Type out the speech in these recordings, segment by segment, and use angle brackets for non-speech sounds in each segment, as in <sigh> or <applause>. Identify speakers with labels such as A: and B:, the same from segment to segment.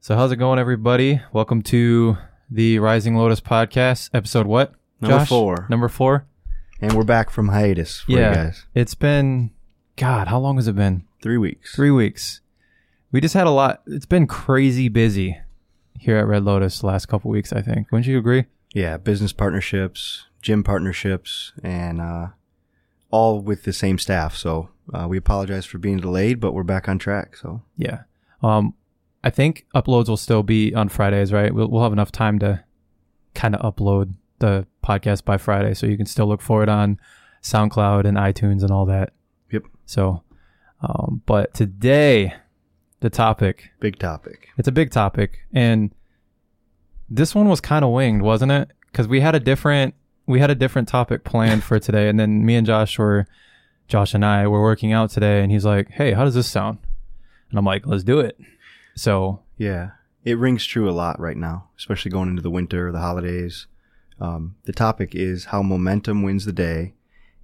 A: So how's it going, everybody? Welcome to the Rising Lotus podcast, episode what?
B: Number
A: Josh?
B: four.
A: Number four.
B: And we're back from hiatus for you guys.
A: it's been God. How long has it been?
B: Three weeks.
A: Three weeks. We just had a lot. It's been crazy busy here at Red Lotus the last couple weeks. I think. Wouldn't you agree?
B: Yeah, business partnerships, gym partnerships, and uh, all with the same staff. So uh, we apologize for being delayed, but we're back on track. So
A: Yeah. Um, I think uploads will still be on Fridays, right? We'll, we'll have enough time to kind of upload the podcast by Friday, so you can still look for it on SoundCloud and iTunes and all that.
B: Yep.
A: So, um, but today, the topic
B: big topic.
A: it's a big topic, and this one was kind of winged, wasn't it? Because we had a different we had a different topic planned
B: <laughs>
A: for today, and then me and Josh were Josh and I were working out today, and he's like, "Hey, how does this sound?" And I'm like, "Let's do it." So
B: Yeah, it rings true a lot right now, especially going into the winter, the holidays. Um, the topic is how momentum wins the day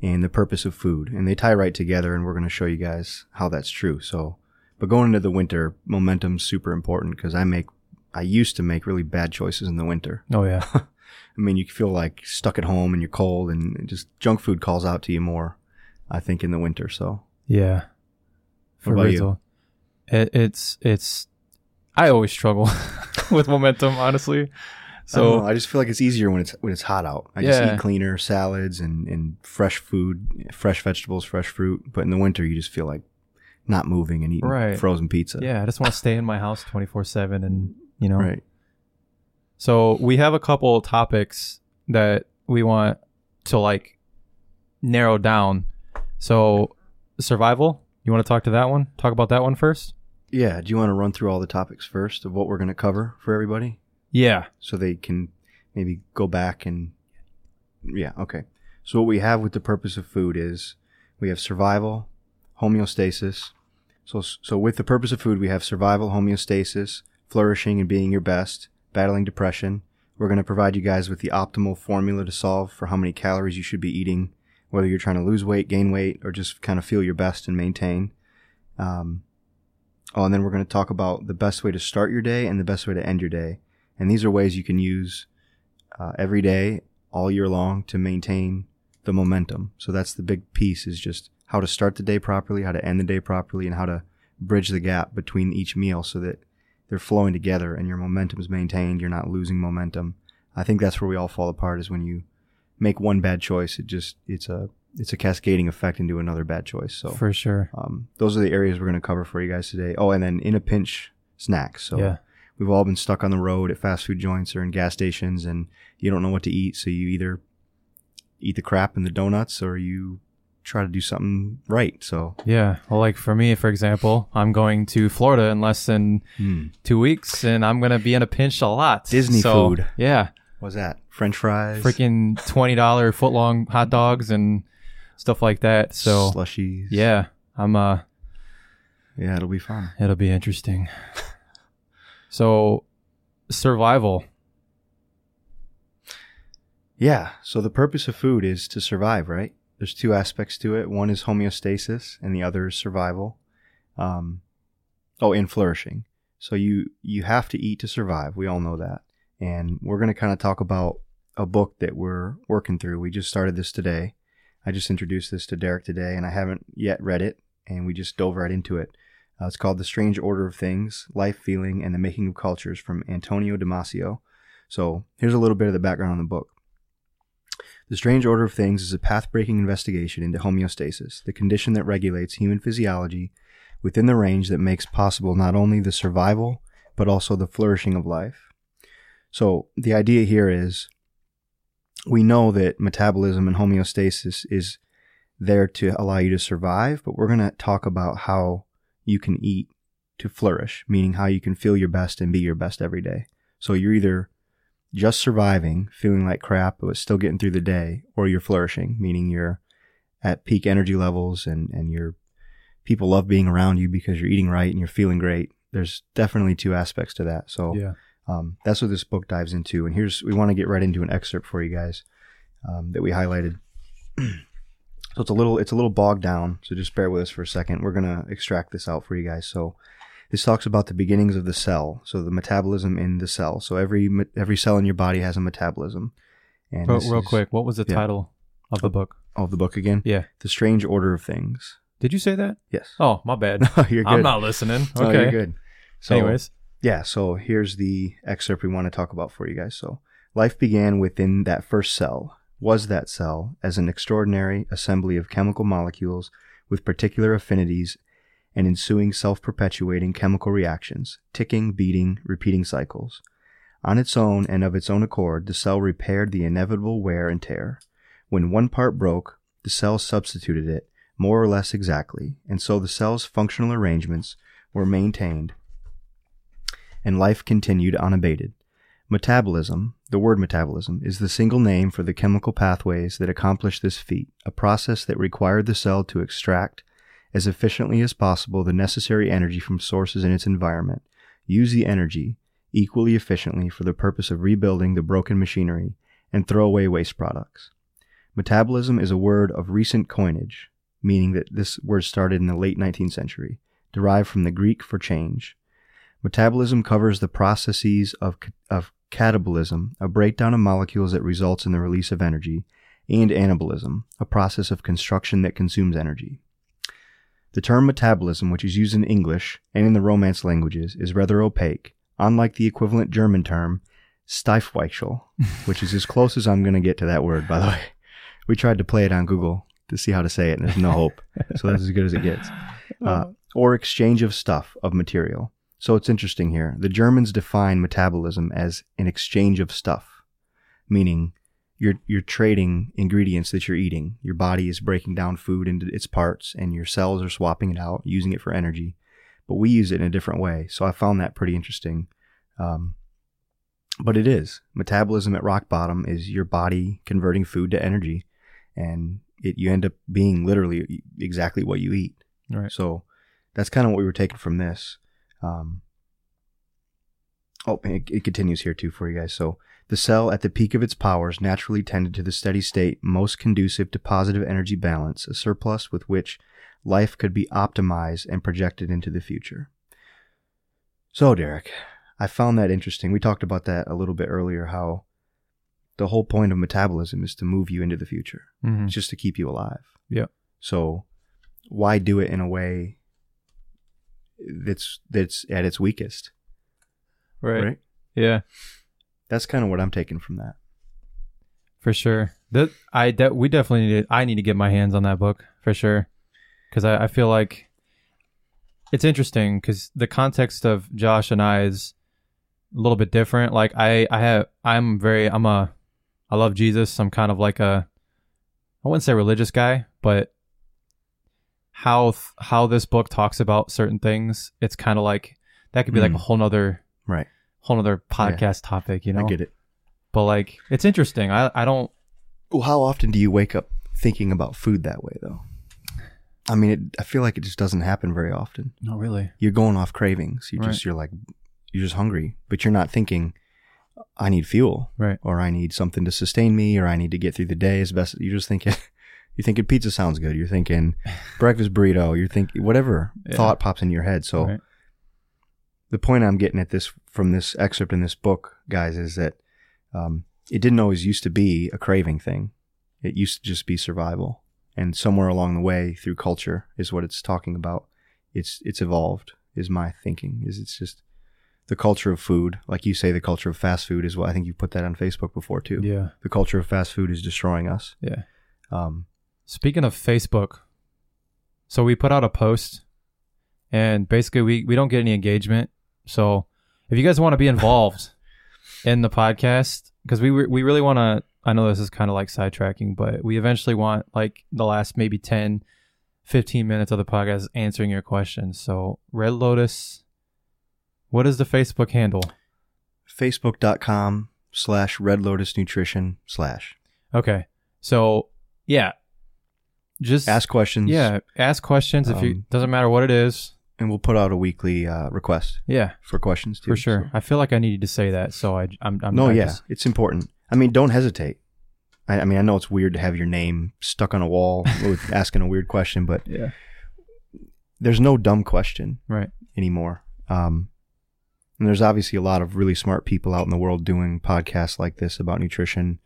B: and the purpose of food. And they tie right together, and we're going to show you guys how that's true. So, but going into the winter, momentum's super important because I make, I used to make really bad choices in the winter.
A: oh yeah,
B: <laughs> I mean, you feel like stuck at home and you're cold and just junk food calls out to you more, I think, in the winter. So,
A: yeah. For
B: about you?
A: real, it, it's it's I always struggle <laughs> with momentum, honestly.
B: So I,
A: So
B: just feel like it's easier when it's when it's hot out. I just
A: Yeah.
B: eat cleaner salads and and fresh food, fresh vegetables, fresh fruit. But in the winter, you just feel like not moving and eating
A: Right.
B: frozen pizza.
A: yeah, I just want to stay in my house 24 seven, and you know,
B: Right.
A: So we have a couple topics that we want to like narrow down. So survival, you want to talk to that one? Talk about that one first?
B: Yeah. Do you want to run through all the topics first of what we're going to cover for everybody,
A: Yeah.
B: so they can maybe go back and yeah. Okay. So what we have with the purpose of food is we have survival, homeostasis. So so with the purpose of food, we have survival, homeostasis, flourishing and being your best, battling depression. We're going to provide you guys with the optimal formula to solve for how many calories you should be eating, whether you're trying to lose weight, gain weight, or just kind of feel your best and maintain. Um, oh, and then we're going to talk about the best way to start your day and the best way to end your day. And these are ways you can use uh, every day, all year long, to maintain the momentum. So that's the big piece is just how to start the day properly, how to end the day properly, and how to bridge the gap between each meal so that they're flowing together and your momentum is maintained. You're not losing momentum. I think that's where we all fall apart is when you make one bad choice. It just it's a it's a cascading effect into another bad choice. So
A: For sure.
B: um, those are the areas we're going to cover for you guys today. Oh, and then in a pinch snacks. So
A: yeah.
B: we've all been stuck on the road at fast food joints or in gas stations and you don't know what to eat. So you either eat the crap and the donuts or you try to do something right. So
A: Yeah. Well, like for me, for example, I'm going to Florida in less than two weeks and I'm going to be in a pinch a lot.
B: Disney
A: So,
B: food.
A: Yeah.
B: what's that? French fries,
A: Freaking $20 foot long hot dogs and stuff like that. So
B: slushies.
A: yeah, I'm, uh,
B: Yeah. It'll be fun.
A: It'll be interesting. so, survival.
B: Yeah. So the purpose of food is to survive, right? There's two aspects to it. One is homeostasis, and the other is survival. Um, oh, and flourishing. So you you have to eat to survive. We all know that. And we're going to kind of talk about a book that we're working through. We just started this today. I just introduced this to Derek today, and I haven't yet read it. And we just dove right into it. Uh, it's called The Strange Order of Things: Life, Feeling, and the Making of Cultures from Antonio Damasio. So here's a little bit of the background on the book. The Strange Order of Things is a path breaking investigation into homeostasis, the condition that regulates human physiology within the range that makes possible not only the survival, but also the flourishing of life. So, the idea here is we know that metabolism and homeostasis is there to allow you to survive, but we're going to talk about how you can eat to flourish, meaning how you can feel your best and be your best every day. So, you're either just surviving, feeling like crap, but still getting through the day, or you're flourishing, meaning you're at peak energy levels and, and your people love being around you because you're eating right and you're feeling great. There's definitely two aspects to that. So
A: Yeah.
B: um, that's what this book dives into. And here's, we want to get right into an excerpt for you guys um, that we highlighted. <clears throat> so it's a little, it's a little bogged down. So just bear with us for a second. We're going to extract this out for you guys. So this talks about the beginnings of the cell, so the metabolism in the cell. So every me- every cell in your body has a metabolism. And
A: But
B: this
A: Oh, real
B: is-
A: quick, what was the
B: yeah. Oh.
A: title of the book?
B: of the book again,
A: Yeah.
B: the strange order of things.
A: Did you say that?
B: Yes.
A: Oh, my bad.
B: No, <laughs> you're good.
A: I'm not listening.
B: No,
A: Okay.
B: you're good. So,
A: Anyways,
B: yeah, so here's the excerpt we want to talk about for you guys. So, life began within that first cell, was that cell, as an extraordinary assembly of chemical molecules with particular affinities and ensuing self perpetuating chemical reactions, ticking, beating, repeating cycles. On its own and of its own accord, the cell repaired the inevitable wear and tear. When one part broke, the cell substituted it, more or less exactly, and so the cell's functional arrangements were maintained and life continued unabated. Metabolism, the word metabolism, is the single name for the chemical pathways that accomplish this feat, a process that required the cell to extract as efficiently as possible the necessary energy from sources in its environment, use the energy equally efficiently for the purpose of rebuilding the broken machinery, and throw away waste products. Metabolism is a word of recent coinage, meaning that this word started in the late 19th century, derived from the Greek for change. Metabolism covers the processes of, of catabolism, a breakdown of molecules that results in the release of energy, and anabolism, a process of construction that consumes energy. The term metabolism, which is used in English and in the Romance languages, is rather opaque, unlike the equivalent German term Stoffwechsel, which is as close as I'm going to get to that word, by the way. We tried to play it on Google to see how to say it, and there's no hope. So that's as good as it gets uh, or exchange of stuff, of material. So it's interesting here. The Germans define metabolism as an exchange of stuff, meaning you're, you're trading ingredients that you're eating. Your body is breaking down food into its parts, and your cells are swapping it out, using it for energy. But we use it in a different way. So I found that pretty interesting. Um, but it is. Metabolism at rock bottom is your body converting food to energy, and it, you end up being literally exactly what you eat.
A: right.
B: So that's kind of what we were taking from this. Um, oh, and it, it continues here too for you guys. So the cell at the peak of its powers naturally tended to the steady state most conducive to positive energy balance, a surplus with which life could be optimized and projected into the future. So, Derek, I found that interesting. We talked about that a little bit earlier how the whole point of metabolism is to move you into the future.
A: Mhm.
B: It's just to keep you alive.
A: Yep.
B: So why do it in a way that's that's at its weakest,
A: right.
B: right?
A: Yeah.
B: That's kind of what I'm taking from that.
A: For sure. That I de- we definitely need. To, I need to get my hands on that book for sure, because I, I feel like it's interesting because the context of Josh and I is a little bit different. Like I I have I'm very I'm a I love Jesus. I'm kind of like a I wouldn't say religious guy, but how th- how this book talks about certain things, it's kind of like that could be like
B: Mm.
A: a whole nother
B: Right.
A: whole nother podcast topic, you know.
B: I get it.
A: But like it's interesting. I I don't
B: Well, how often do you wake up thinking about food that way though? I mean, it, I feel like it just doesn't happen very often.
A: not really.
B: You're going off cravings. You
A: Right.
B: just you're like you're just hungry, but you're not thinking I need fuel
A: Right.
B: or I need something to sustain me or I need to get through the day as best you're just thinking <laughs> you're thinking pizza sounds good. You're thinking
A: <laughs>
B: breakfast burrito. You're thinking whatever
A: Yeah.
B: thought pops in your head. So
A: Right.
B: the point I'm getting at this from this excerpt in this book, guys, is that um, it didn't always used to be a craving thing. It used to just be survival, and somewhere along the way, through culture, is what it's talking about. It's it's evolved. Is my thinking is it's just the culture of food, like you say, the culture of fast food is what I think you put that on Facebook before too.
A: Yeah.
B: The culture of fast food is destroying us.
A: Yeah.
B: Um,
A: Speaking of Facebook, so we put out a post and basically we, we don't get any engagement. So if you guys want to
B: <laughs>
A: be involved in the podcast, because we, re- we really want to, I know this is kind of like sidetracking, but we eventually want like the last maybe 10, 15 minutes of the podcast answering your questions. So Red Lotus, what is the Facebook handle?
B: facebook.com slash red lotus nutrition slash
A: Okay. So yeah, just
B: ask questions
A: Yeah, ask questions if you
B: Um,
A: doesn't matter what it is.
B: and we'll put out a weekly uh, request
A: Yeah,
B: for questions too
A: for sure. I feel like I needed to say that, so I I'm,
B: so.
A: I'm
B: no
A: I
B: yeah
A: just-
B: it's important i mean don't hesitate I, I mean i know it's weird to have your name stuck on a wall
A: <laughs>
B: with asking a weird question but
A: yeah
B: there's no dumb question
A: right
B: anymore Um, and there's obviously a lot of really smart people out in the world doing podcasts like this about nutrition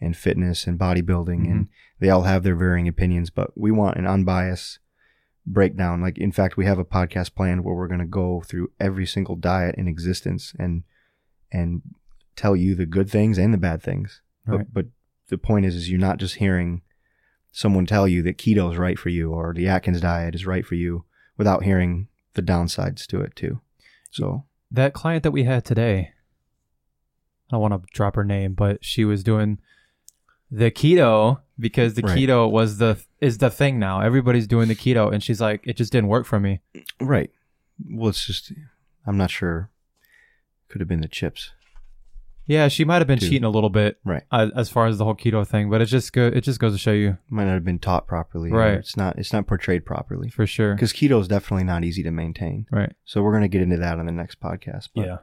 B: and fitness and bodybuilding, and they all have their varying opinions. But we want an unbiased breakdown. Like, in fact, we have a podcast planned where we're going to go through every single diet in existence and and tell you the good things and the bad things.
A: Right.
B: But, but the point is, is you're not just hearing someone tell you that keto is right for you or the Atkins diet is right for you without hearing the downsides to it too. So
A: that client that we had today i don't want to drop her name but she was doing the keto because the
B: Right.
A: keto was the is the thing now everybody's doing the keto and she's like it just didn't work for me
B: right, well, it's just I'm not sure. Could have been the chips.
A: yeah she might have been
B: Dude.
A: cheating a little bit
B: Right.
A: as, as far as the whole keto thing but it just go it just goes to show you
B: Might not have been taught properly. or
A: Right.
B: It's not. It's not portrayed properly
A: for sure
B: because keto is definitely not easy to maintain.
A: right
B: So we're gonna get into that on the next podcast. But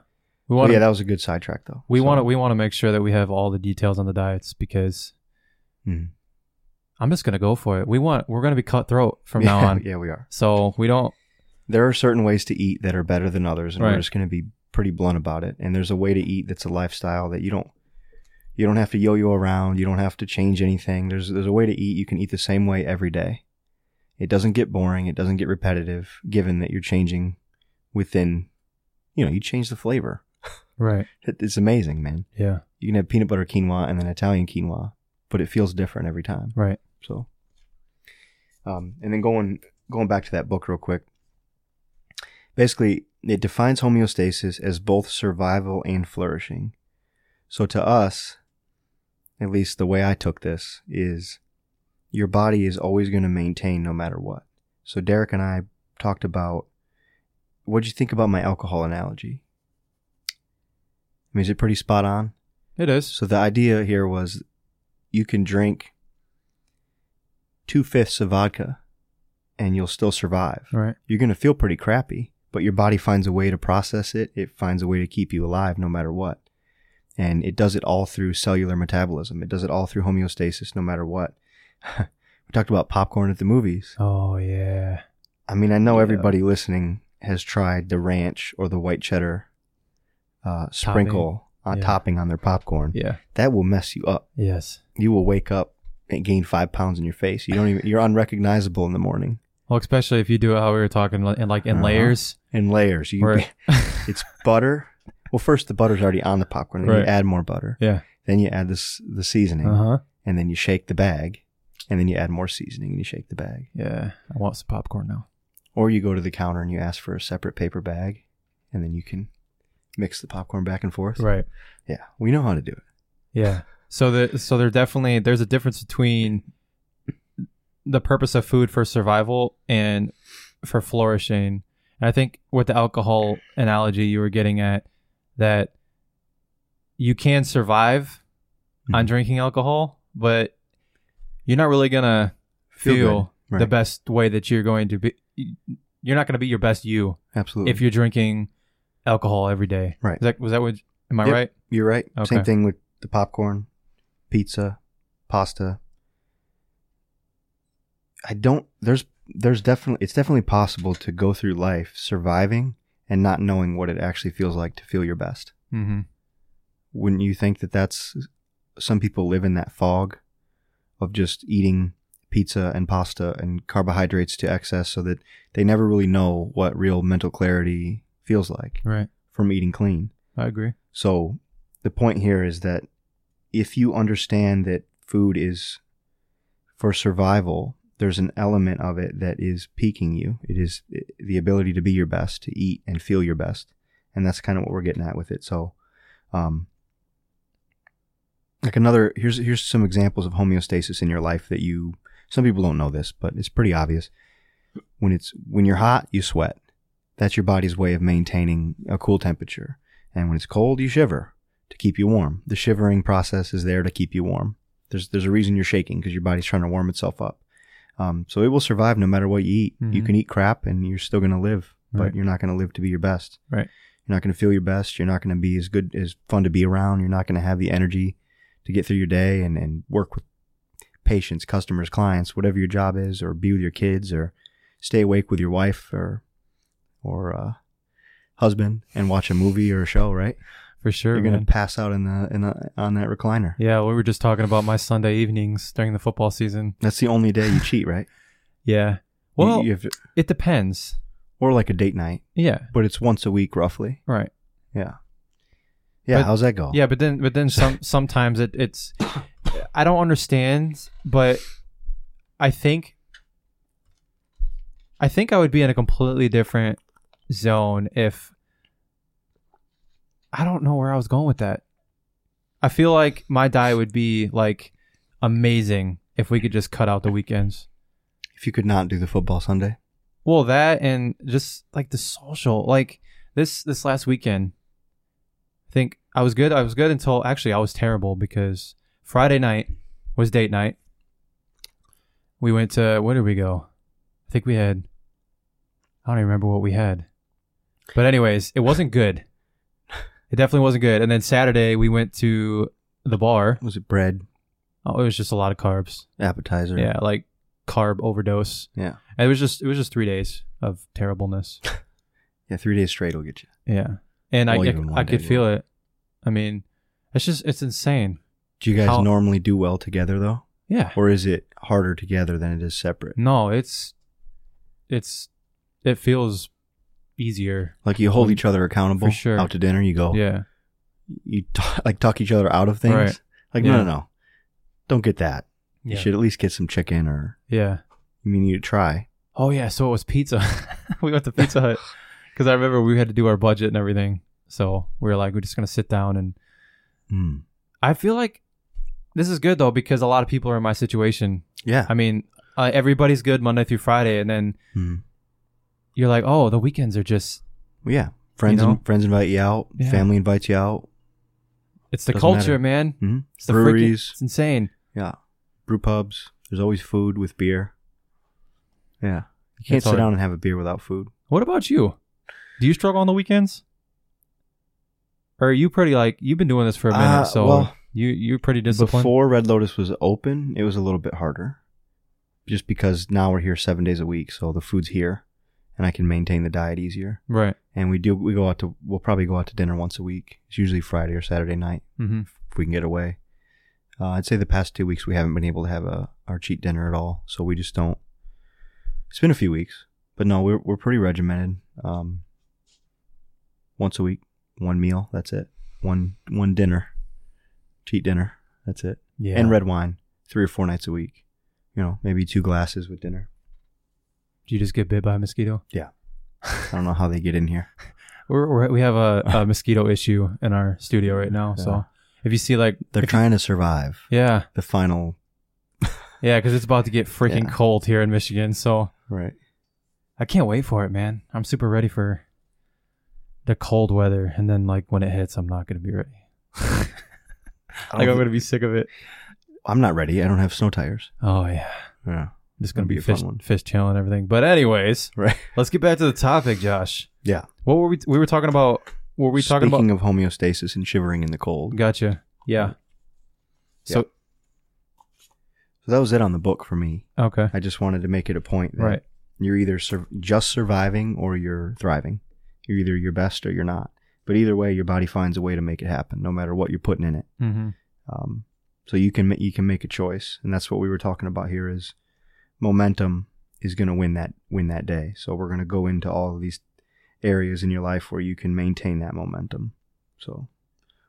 A: we
B: but
A: want to
B: yeah, that was a good sidetrack though.
A: we
B: So-
A: want to we want to make sure that we have all the details on the diets because
B: Mhm.
A: i'm just gonna go for it we want we're gonna be cutthroat from
B: <laughs>
A: now
B: Yeah,
A: on
B: Yeah, we are.
A: so we don't
B: There are certain ways to eat that are better than others, and
A: Right.
B: we're just gonna be pretty blunt about it. And there's a way to eat that's a lifestyle that you don't. You don't have to yo-yo around. You don't have to change anything. There's there's a way to eat. You can eat the same way every day. It doesn't get boring. It doesn't get repetitive. Given that you're changing within, you know, you change the flavor.
A: right
B: It- It's amazing, man.
A: yeah
B: You can have peanut butter quinoa and then Italian quinoa, but it feels different every time.
A: right
B: So, um, and then going going back to that book real quick. Basically, it defines homeostasis as both survival and flourishing. So to us, at least the way I took this is, your body is always going to maintain no matter what. So Derek and I talked about. What would you think about my alcohol analogy? I mean, is it pretty spot on?
A: it is
B: So the idea here was you can drink two fifths of vodka and you'll still survive.
A: right
B: You're going to feel pretty crappy, but your body finds a way to process it. It finds a way to keep you alive no matter what. And it does it all through cellular metabolism, it does it all through homeostasis no matter what. <laughs> we talked about popcorn at the movies.
A: oh yeah
B: I mean, I know
A: Yeah.
B: everybody listening has tried the ranch or the white cheddar uh, sprinkle on
A: Yeah.
B: topping on their popcorn.
A: yeah
B: That will mess you up
A: yes
B: you will wake up and gain five pounds in your face. You don't even you're unrecognizable in the morning
A: well especially if you do it how we were talking li- in like in
B: Uh-huh.
A: layers
B: in layers. You
A: Right.
B: <laughs> it's butter. Well, first the butter's already on the popcorn. Then
A: Right.
B: you add more butter.
A: yeah
B: Then you add this the seasoning,
A: uh-huh
B: and then you shake the bag, and then you add more seasoning and you shake the bag.
A: yeah i want some popcorn now
B: Or you go to the counter and you ask for a separate paper bag, and then you can mix the popcorn back and forth.
A: right
B: Yeah, we know how to do it.
A: Yeah. So the so there definitely there's a difference between the purpose of food for survival and for flourishing. And I think with the alcohol analogy you were getting at that you can survive on
B: Mhm.
A: drinking alcohol, but you're not really gonna feel,
B: good.
A: the
B: Right.
A: best way that you're going to be you're not gonna be your best you
B: Absolutely.
A: if you're drinking alcohol every day.
B: Right.
A: Is that, was that what am I
B: Yep.
A: right?
B: You're right.
A: Okay.
B: Same thing with the popcorn, pizza, pasta. I don't there's there's definitely it's definitely possible to go through life surviving and not knowing what it actually feels like to feel your best.
A: Mm-hmm.
B: Wouldn't you think that that's some people live in that fog of just eating pizza and pasta and carbohydrates to excess so that they never really know what real mental clarity feels like
A: Right.
B: from eating clean.
A: I agree.
B: So the point here is that if you understand that food is for survival, there's an element of it that is piquing you. It is the ability to be your best, to eat and feel your best. And that's kind of what we're getting at with it. So, um, like another here's here's some examples of homeostasis in your life that you some people don't know this, but it's pretty obvious. When it's when you're hot, you sweat. That's your body's way of maintaining a cool temperature. And when it's cold, you shiver to keep you warm. The shivering process is there to keep you warm. There's there's a reason you're shaking because your body's trying to warm itself up. Um, so it will survive no matter what you eat. You
A: Mhm.
B: can eat crap and you're still going to live, but
A: Right.
B: you're not going to live to be your best.
A: Right.
B: You're not going to feel your best. You're not going to be as good as fun to be around. You're not going to have the energy to get through your day and, and work with patients, customers, clients, whatever your job is, or be with your kids, or stay awake with your wife, or or uh, husband and watch a movie or a show, right?
A: for sure.
B: You're gonna
A: man.
B: pass out in the in the, on that recliner.
A: Yeah, we were just talking about my Sunday evenings during the football season.
B: That's the only day you cheat, right?
A: Yeah.
B: You-
A: Well,
B: you have to-
A: it depends.
B: or like a date night,
A: Yeah.
B: but it's once a week roughly.
A: Right.
B: Yeah. Yeah.
A: But-
B: how's that go?
A: Yeah, but then but
B: <laughs>
A: then some sometimes it, it's I don't understand, but I think I think I would be in a completely different zone if I don't know where I was going with that. I feel like my diet would be like amazing if we could just cut out the weekends.
B: If you could not do the football Sunday,
A: Well, that and just like the social, like this this last weekend. I think I was good. I was good until actually I was terrible because Friday night was date night. We went to where did we go? I think we had. I don't even remember what we had, but anyways, it wasn't good. It definitely wasn't good. And then Saturday we went to the bar.
B: was it bread,
A: Oh, it was just a lot of carbs.
B: appetizer?
A: Yeah, like carb overdose.
B: Yeah.
A: And it was just it was just three days of terribleness.
B: Yeah. Three days straight will get you.
A: Yeah, and I
B: Well,
A: I,
B: even one
A: I could
B: day,
A: feel it. I mean, it's just it's insane.
B: Do you guys
A: How-
B: normally do well together though,
A: Yeah.
B: or is it harder together than it is separate?
A: No, it's it's it feels easier.
B: Like you hold each other accountable.
A: For sure.
B: Out to dinner, you go.
A: Yeah.
B: You t- <laughs> like talk each other out of things.
A: Right.
B: Like
A: Yeah.
B: no, no, no. Don't get that.
A: Yeah.
B: You should at least get some chicken, or
A: Yeah.
B: I mean, you try.
A: Oh yeah. So it was pizza. <laughs> we went to Pizza
B: <laughs>
A: Hut because I remember we had to do our budget and everything. So we were like, we're just gonna sit down and
B: Mm.
A: I feel like this is good though because a lot of people are in my situation.
B: Yeah.
A: I mean, uh, everybody's good Monday through Friday, and then
B: Mm.
A: you're like, oh, the weekends are just
B: Well, yeah. Friends,
A: know?
B: friends invite you out.
A: Yeah.
B: Family invites you out.
A: it's the
B: Doesn't
A: culture,
B: matter.
A: man.
B: Mm-hmm.
A: It's the freaking-
B: Breweries.
A: it's insane.
B: Yeah. Brew pubs. There's always food with beer. Yeah. You can't
A: It's
B: sit
A: hard.
B: down and have a beer without food.
A: What about you? Do you struggle on the weekends? Or are you pretty like you've been doing this for a minute,
B: Uh,
A: so
B: well,
A: you you're pretty disciplined.
B: Before Red Lotus was open, it was a little bit harder. Just because now we're here seven days a week, so the food's here and I can maintain the diet easier.
A: right.
B: And we do we go out to we'll probably go out to dinner once a week. It's usually Friday or Saturday night
A: hmm
B: if we can get away. Uh, I'd say the past two weeks we haven't been able to have a our cheat dinner at all, so we just don't. It's been a few weeks, but no, we're we're pretty regimented. Um, once a week, one meal. That's it. One one dinner, cheat dinner. That's it.
A: Yeah.
B: And red wine, three or four nights a week. You know, maybe two glasses with dinner.
A: Did you just get bit by a mosquito?
B: I don't know how they get in here.
A: We're, we're we have a,
B: <laughs>
A: a mosquito issue in our studio right now.
B: Yeah.
A: So if you see like
B: They're trying to survive
A: yeah
B: the final.
A: yeah because it's about to get freaking
B: Yeah.
A: cold here in Michigan, so
B: Right.
A: I can't wait for it, man. I'm super ready for the cold weather, and then like when it hits, I'm not gonna be
B: <laughs>
A: ready. Like I'm gonna be sick of it.
B: I'm not ready. I don't have snow tires.
A: Oh yeah.
B: Yeah.
A: just gonna
B: That'd
A: be,
B: be a fun
A: fish,
B: one.
A: fish chilling and everything. But anyways,
B: <laughs> Right.
A: let's get back to the topic, Josh.
B: Yeah.
A: What were we? We were talking about. Were we talking
B: Speaking
A: about?
B: of homeostasis and shivering in the cold.
A: Gotcha. Yeah. So
B: So that was it on the book for me.
A: okay.
B: I just wanted to make it a point that
A: Right.
B: you're either sur- just surviving or you're thriving. You're either your best or you're not. But either way, your body finds a way to make it happen, no matter what you're putting in it.
A: Mm-hmm.
B: Um, so you can ma- you can make a choice, and that's what we were talking about here. Is momentum is going to win that win that day. So we're going to go into all of these areas in your life where you can maintain that momentum. So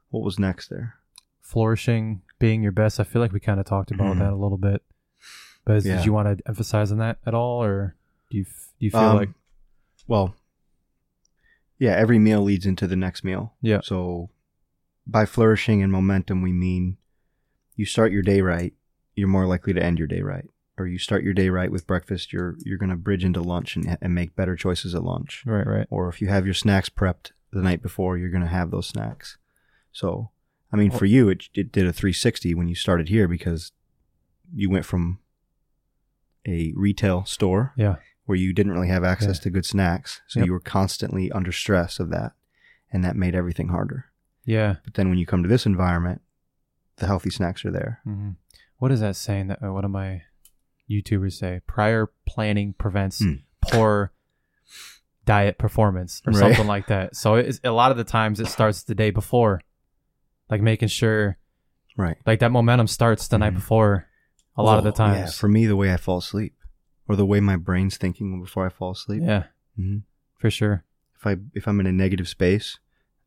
B: what was next there?
A: Flourishing, being your best. I feel like we kind of talked about
B: Mhm.
A: that a little bit. But is-
B: Yeah.
A: did you want to emphasize on that at all, or do you f- do you feel
B: Um,
A: like
B: well yeah every meal leads into the next meal
A: Yeah.
B: so by flourishing and momentum we mean you start your day right you're more likely to end your day right or you start your day right with breakfast you're you're going to bridge into lunch and, and make better choices at lunch
A: right, right?
B: or if you have your snacks prepped the night before you're going to have those snacks so i mean
A: Well-
B: for you it, it did a 360 when you started here because you went from a retail store
A: Yeah.
B: where you didn't really have access
A: Yeah.
B: to good snacks. So
A: Yep.
B: you were constantly under stress of that. And that made everything harder.
A: Yeah.
B: But then when you come to this environment, the healthy snacks are there.
A: Mm-hmm. What is that saying that uh, one of my YouTubers say? Prior planning prevents
B: Hmm.
A: poor diet performance or
B: Right.
A: something like that. So it's, a lot of the times it starts the day before, like making sure
B: Right.
A: like that momentum starts the night
B: Mhm.
A: before. A lot of the
B: Well, yeah,
A: times,
B: for me, the way I fall asleep, or the way my brain's thinking before I fall asleep.
A: yeah,
B: hmm
A: for sure.
B: If I if I'm in a negative space,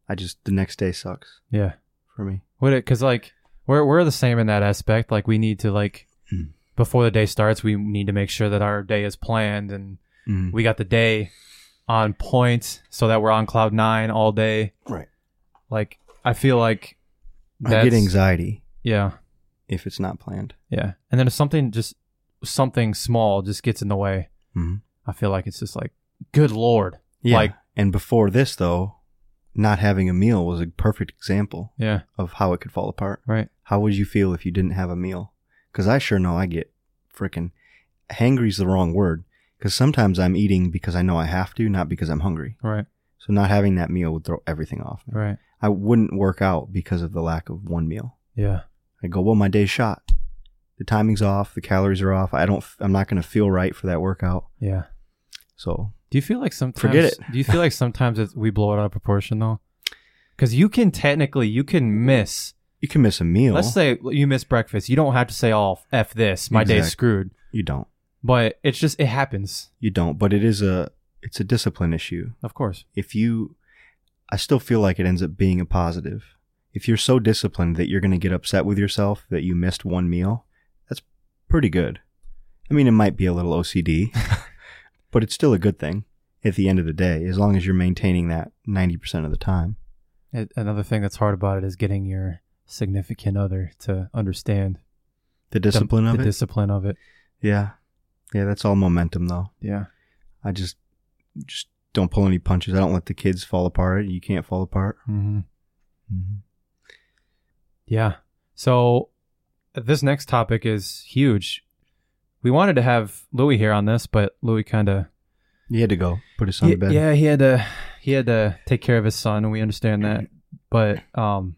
B: I just the next day sucks
A: Yeah.
B: for me.
A: Would it? Because like we're we're the same in that aspect. Like we need to like
B: Mm.
A: before the day starts, we need to make sure that our day is planned and
B: Mm.
A: we got the day on point so that we're on cloud nine all day.
B: Right.
A: Like I feel like
B: I get anxiety
A: Yeah,
B: if it's not planned.
A: yeah. And then if something just something small just gets in the way,
B: Mhm.
A: I feel like it's just like good lord.
B: Yeah.
A: Mm-hmm. Like-
B: and before this though, not having a meal was a perfect example
A: Yeah.
B: of how it could fall apart.
A: Right.
B: How would you feel if you didn't have a meal? Because I sure know I get freaking hangry's the wrong word. Because sometimes I'm eating because I know I have to, not because I'm hungry.
A: Right.
B: So not having that meal would throw everything off. me.
A: Right.
B: I wouldn't work out because of the lack of one meal.
A: Yeah.
B: I go, well, my day's shot. The timing's off. The calories are off. I don't. I'm not going to feel right for that workout.
A: Yeah.
B: So
A: Do you feel like sometimes?
B: Forget it.
A: do you feel like sometimes it's, we blow it out of proportion though? Because you can technically you can miss.
B: you can miss a meal.
A: Let's say you miss breakfast. You don't have to say, "Oh, f this, my day's
B: Exact-
A: screwed."
B: you don't.
A: But it's just it happens,
B: You don't. But it is a. It's a discipline issue.
A: of course.
B: If you, I still feel like it ends up being a positive. If you're so disciplined that you're going to get upset with yourself that you missed one meal, that's pretty good. I mean, it might be a little <laughs> OCD, but it's still a good thing at the end of the day, as long as you're maintaining that 90% of the time.
A: It, another thing that's hard about it is getting your significant other to understand
B: The
A: the-
B: discipline
A: the,
B: of it.
A: discipline of it.
B: Yeah. Yeah, that's all momentum though.
A: Yeah,
B: I just just don't pull any punches. I don't let the kids fall apart. You can't fall apart.
A: hmm
B: Mm-hmm.
A: yeah. So this next topic is huge. We wanted to have Louis here on this, but Louis kind of
B: You had to go put his son
A: Ye-
B: to bed.
A: Yeah, he had to he had to take care of his son, and we understand that. But um,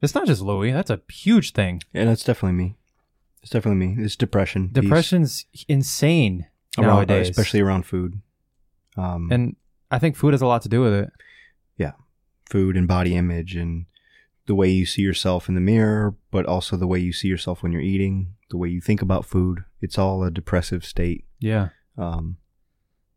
A: it's not just Louis. That's a huge thing.
B: Yeah, that's definitely me. It's definitely me. It's depression. piece
A: Depression's insane
B: around,
A: nowadays,
B: especially around food. Um and
A: And I think food has a lot to do with it.
B: food and body image and the way you see yourself in the mirror, but also the way you see yourself when you're eating, the way you think about food. It's all a depressive state.
A: Yeah.
B: Um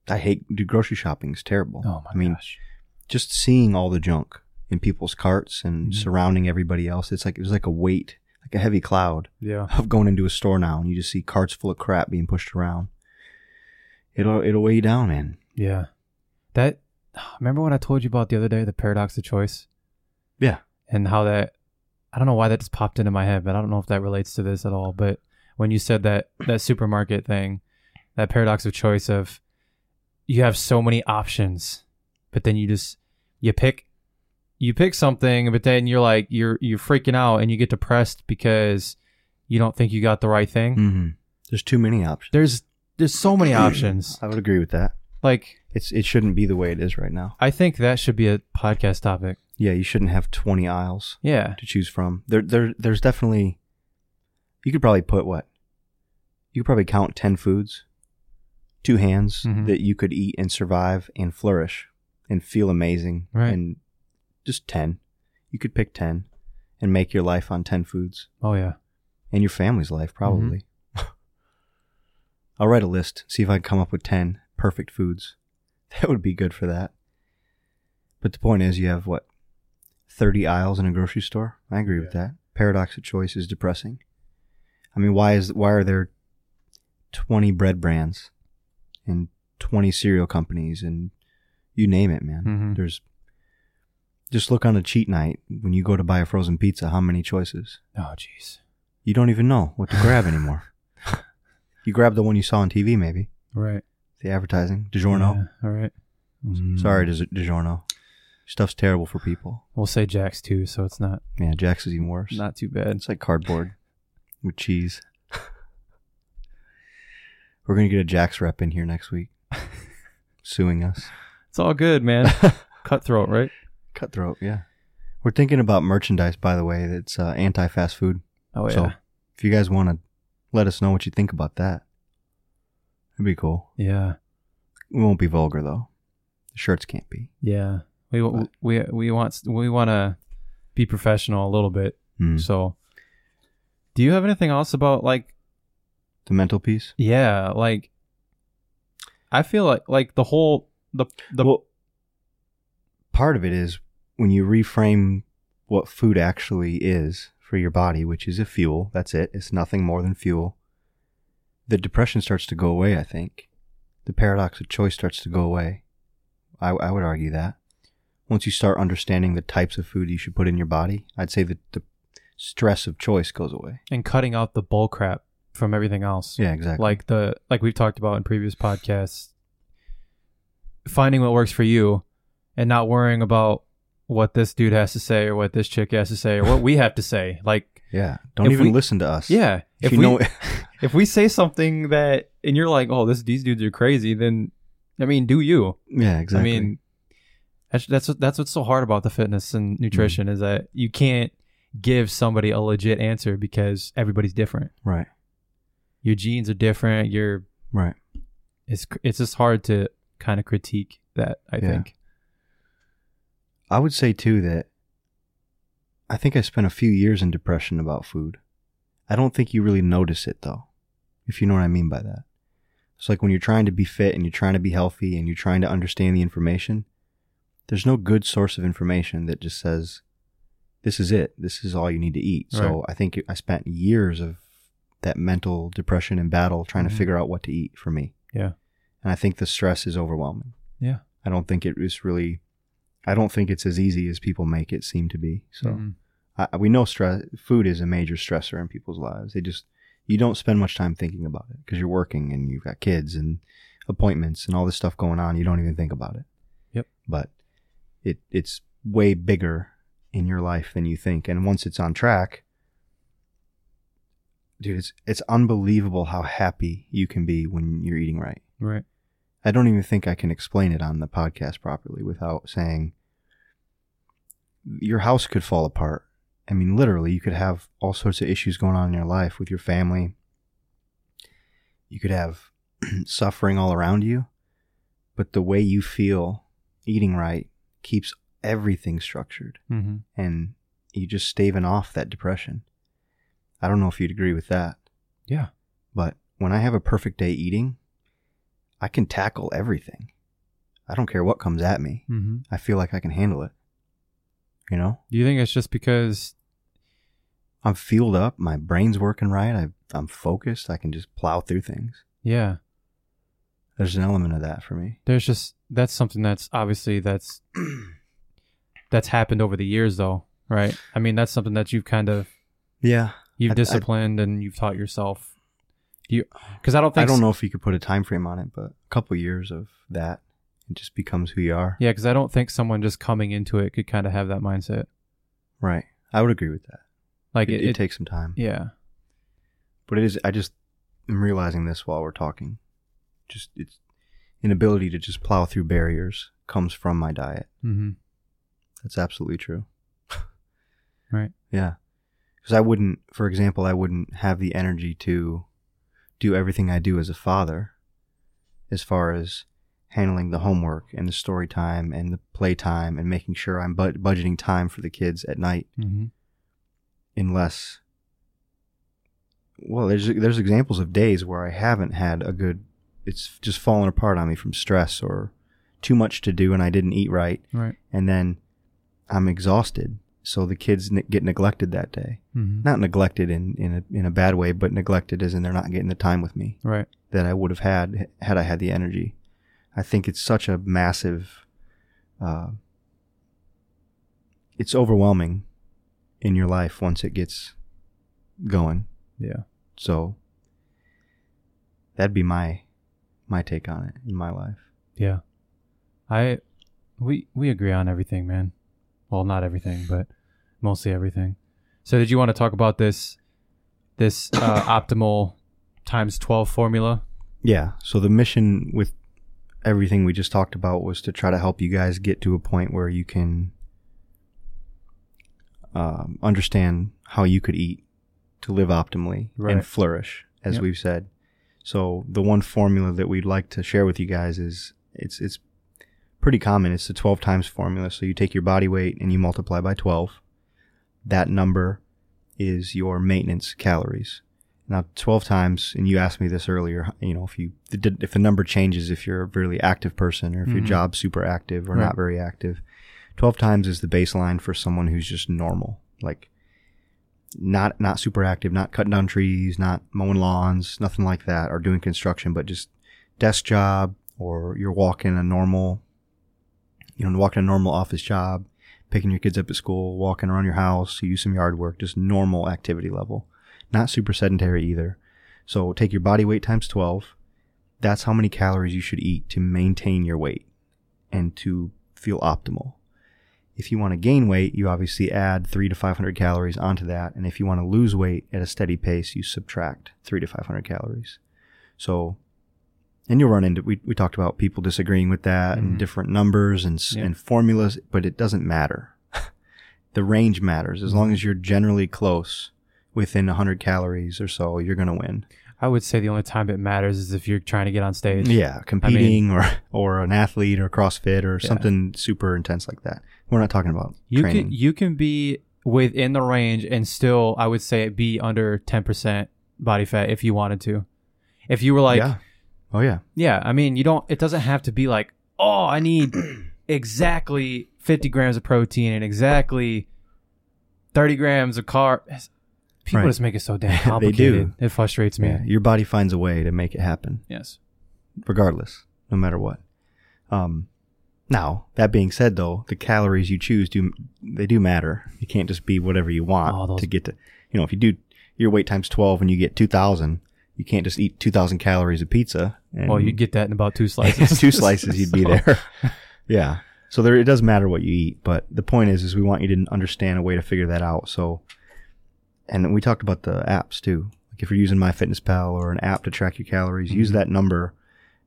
B: I hate do grocery shopping is terrible.
A: Oh my
B: I mean,
A: gosh.
B: just seeing all the junk in people's carts and
A: Mhm.
B: surrounding everybody else, it's like it was like a weight, like a heavy cloud
A: Yeah.
B: of going into a store now, and you just see carts full of crap being pushed around. It'll it'll weigh you down, man.
A: Yeah. That. <sighs> Remember what I told you about the other day, the paradox of choice.
B: Yeah.
A: And how that. I don't know why that just popped into my head, but I don't know if that relates to this at all. But when you said that that supermarket thing, that paradox of choice of you have so many options, but then you just you pick you pick something, but then you're like you're you're freaking out and you get depressed because you don't think you got the right thing.
B: Mm-hmm. There's too many options.
A: There's there's so many options.
B: I would agree with that.
A: Like
B: It's it shouldn't be the way it is right now.
A: I think that should be a podcast topic.
B: Yeah, you shouldn't have 20 aisles
A: Yeah.
B: to choose from. There there there's definitely you could probably put what you could probably count 10 foods two hands
A: Mhm.
B: that you could eat and survive and flourish and feel amazing
A: Right.
B: and just 10 you could pick 10 and make your life on 10 foods
A: Oh yeah.
B: and your family's life probably <laughs> i'll write a list see if i can come up with 10 perfect foods <laughs> that would be good for that but the point is you have what 30 aisles in a grocery store i agree with that paradox of choice is depressing i mean why is why are there 20 bread brands and 20 cereal companies and you name it man
A: Mhm.
B: there's just look on a cheat night when you go to buy a frozen pizza how many choices
A: Oh jeez.
B: you don't even know what to grab anymore. <laughs> you grab the one you saw on TV, maybe
A: Right.
B: the advertising. DiGiorno.
A: Yeah, all right. Mm.
B: Sorry, Dis- DiGiorno. Stuff's terrible for people.
A: We'll say Jack's too, so it's not
B: Yeah, Jack's is even worse.
A: not too bad.
B: It's like cardboard with cheese. <laughs> We're gonna get a Jack's rep in here
A: <laughs>
B: next week, suing us.
A: It's all good, <laughs> man. Cutthroat, right?
B: Cutthroat. Yeah. We're thinking about merchandise, by the way. That's uh, anti-fast food.
A: Oh yeah.
B: So if you guys want to let us know what you think about that, it'd be cool.
A: yeah.
B: We won't be vulgar though. The shirts can't be.
A: Yeah. We w- we we want we want to be professional a little bit.
B: Mm.
A: So do you have anything else about like
B: The mental piece.
A: yeah, like I feel like like the whole the the
B: well, part of it is when you reframe what food actually is for your body, which is a fuel. That's it. It's nothing more than fuel. The depression starts to go away. I think the paradox of choice starts to go away. I, I would argue that once you start understanding the types of food you should put in your body, I'd say that the stress of choice goes away.
A: and cutting out the bull crap from everything else.
B: Yeah, exactly.
A: Like the like we've talked about in previous podcasts finding what works for you and not worrying about what this dude has to say or what this chick has to say or what we have to say.
B: <laughs>
A: Like
B: yeah, don't
A: if
B: even
A: we-
B: listen to us.
A: yeah,
B: if, you know,
A: if we say something that and you're like, oh, this these dudes are crazy, then I mean, do you?
B: yeah, exactly.
A: I mean, that's that's what- that's what's so hard about the fitness and
B: Mm-hmm.
A: nutrition is that you can't give somebody a legit answer because everybody's different.
B: right,
A: Your genes are different. Your
B: right.
A: it's cr- it's just hard to kind of critique that. I
B: Yeah.
A: think.
B: I would say too that I think I spent a few years in depression about food. I don't think you really notice it though, if you know what I mean by that. It's like when you're trying to be fit and you're trying to be healthy and you're trying to understand the information, there's no good source of information that just says, this is it. This is all you need to eat. So I think I spent years of that mental depression and battle trying
A: Mhm.
B: to figure out what to eat for me.
A: Yeah.
B: And I think the stress is overwhelming.
A: Yeah.
B: I don't think it is really I don't think it's as easy as people make it seem to be. So
A: Mhm.
B: I, we know stress. Food is a major stressor in people's lives. They just you don't spend much time thinking about it because you're working and you've got kids and appointments and all this stuff going on. You don't even think about it.
A: Yep.
B: But it it's way bigger in your life than you think. And once it's on track, dude, it's it's unbelievable how happy you can be when you're eating right.
A: right.
B: I don't even think I can explain it on the podcast properly without saying your house could fall apart. I mean, literally, you could have all sorts of issues going on in your life with your family. You could have <clears throat> suffering all around you, but the way you feel eating right keeps everything structured
A: Mm-hmm.
B: and you just staving off that depression. I don't know if you'd agree with that.
A: Yeah.
B: But when I have a perfect day eating, I can tackle everything. I don't care what comes at me.
A: Mm-hmm.
B: I feel like I can handle it. You know,
A: Do you think it's just because?
B: I'm fueled up. My brain's working right. I, I'm focused. I can just plow through things.
A: Yeah,
B: There's an element of that for me.
A: there's just that's something that's obviously that's <clears throat> that's happened over the years though, right? I mean, that's something that you've kind of
B: Yeah.
A: You've
B: I- I-
A: disciplined and you've taught yourself. You because I don't think
B: I don't know if you could put a time frame on it, but a couple years of that, it just becomes who you are.
A: Yeah, because I don't think someone just coming into it could kind of have that mindset.
B: Right. I would agree with that.
A: Like
B: It,
A: it,
B: it
A: it-
B: takes some time.
A: Yeah,
B: but it is i just am realizing this while we're talking just it's inability to just plow through barriers comes from my diet
A: mm-hmm.
B: that's absolutely true
A: Right.
B: yeah because i wouldn't for example i wouldn't have the energy to do everything i do as a father as far as handling the homework and the story time and the play time and making sure i'm bud- budgeting time for the kids at night
A: Mm-hmm.
B: unless well there's there's examples of days where I haven't had a good it's just fallen apart on me from stress or too much to do and I didn't eat right
A: right.
B: and then I'm exhausted so the kids ne- get neglected that day
A: Mm-hmm.
B: not neglected in in a, in a bad way but neglected as in they're not getting the time with me
A: Right.
B: that I would have had had I had the energy I think it's such a massive uh, it's overwhelming in your life once it gets going.
A: Yeah.
B: So that'd be my my take on it in my life.
A: Yeah. I we we agree on everything, man. Well, not
B: <sighs>
A: everything, but mostly everything. So, did you want to talk about this this
B: <coughs>
A: uh, optimal times twelve formula?
B: Yeah. So the mission with everything we just talked about was to try to help you guys get to a point where you can um, understand how you could eat to live optimally
A: Right.
B: and flourish, as
A: Yep.
B: we've said. So the one formula that we'd like to share with you guys is it's it's pretty common. It's the 12 times formula. So you take your body weight and you multiply by 12. That number is your maintenance calories. Now, 12 times, and you asked me this earlier, you know, if you, if the number changes, if you're a really active person or if your
A: Mhm.
B: job's super active or
A: Right.
B: not very active, 12 times is the baseline for someone who's just normal. Like, not not super active, not cutting down trees, not mowing lawns, nothing like that, or doing construction, but just desk job or you're walking a normal, you know, walking a normal office job, picking your kids up at school, walking around your house, you do some yard work, just normal activity level, not super sedentary either. So take your body weight times 12. That's how many calories you should eat to maintain your weight and to feel optimal. If you want to gain weight, you obviously add three to 500 calories onto that. And if you want to lose weight at a steady pace, you subtract three to 500 calories. So, and you'll run into, we, we talked about people disagreeing with that
A: Mhm.
B: and different numbers and, s
A: Yeah.
B: and formulas, but it doesn't matter. <laughs> the range matters. As long as you're generally close within 100 calories or so, you're going to win.
A: I would say the only time it matters is if you're trying to get on stage.
B: Yeah, competing or, or an athlete or CrossFit or
A: Yeah.
B: something super intense like that. We're not talking about
A: You
B: training.
A: can you can be within the range and still I would say be under ten percent body fat if you wanted to. If you were like
B: yeah. Oh, yeah.
A: Yeah, I mean, you don't. It doesn't have to be like, oh, I
B: <clears throat>
A: need exactly fifty grams of protein and exactly thirty grams of carb. People
B: Right.
A: just make it
B: <laughs>
A: so damn
B: do.
A: complicated. It frustrates me.
B: Yeah, your body finds a way to make it happen,
A: Yes.
B: regardless, no matter what. Um, now that being said, though, the calories you choose do they do matter. You can't just be whatever you want
A: Oh, those-
B: to get to. You know, if you do your weight times twelve and you get two thousand, you can't just eat two thousand calories of pizza. And
A: Well, you'd get that in about
B: <laughs>
A: two slices. <laughs>
B: two slices, you'd be
A: So- <laughs>
B: there. <laughs> yeah. So there, it does matter what you eat, but the point is, is we want you to understand a way to figure that out. So, and we talked about the apps too. Like if you're using MyFitnessPal or an app to track your calories, use
A: Mhm.
B: that number.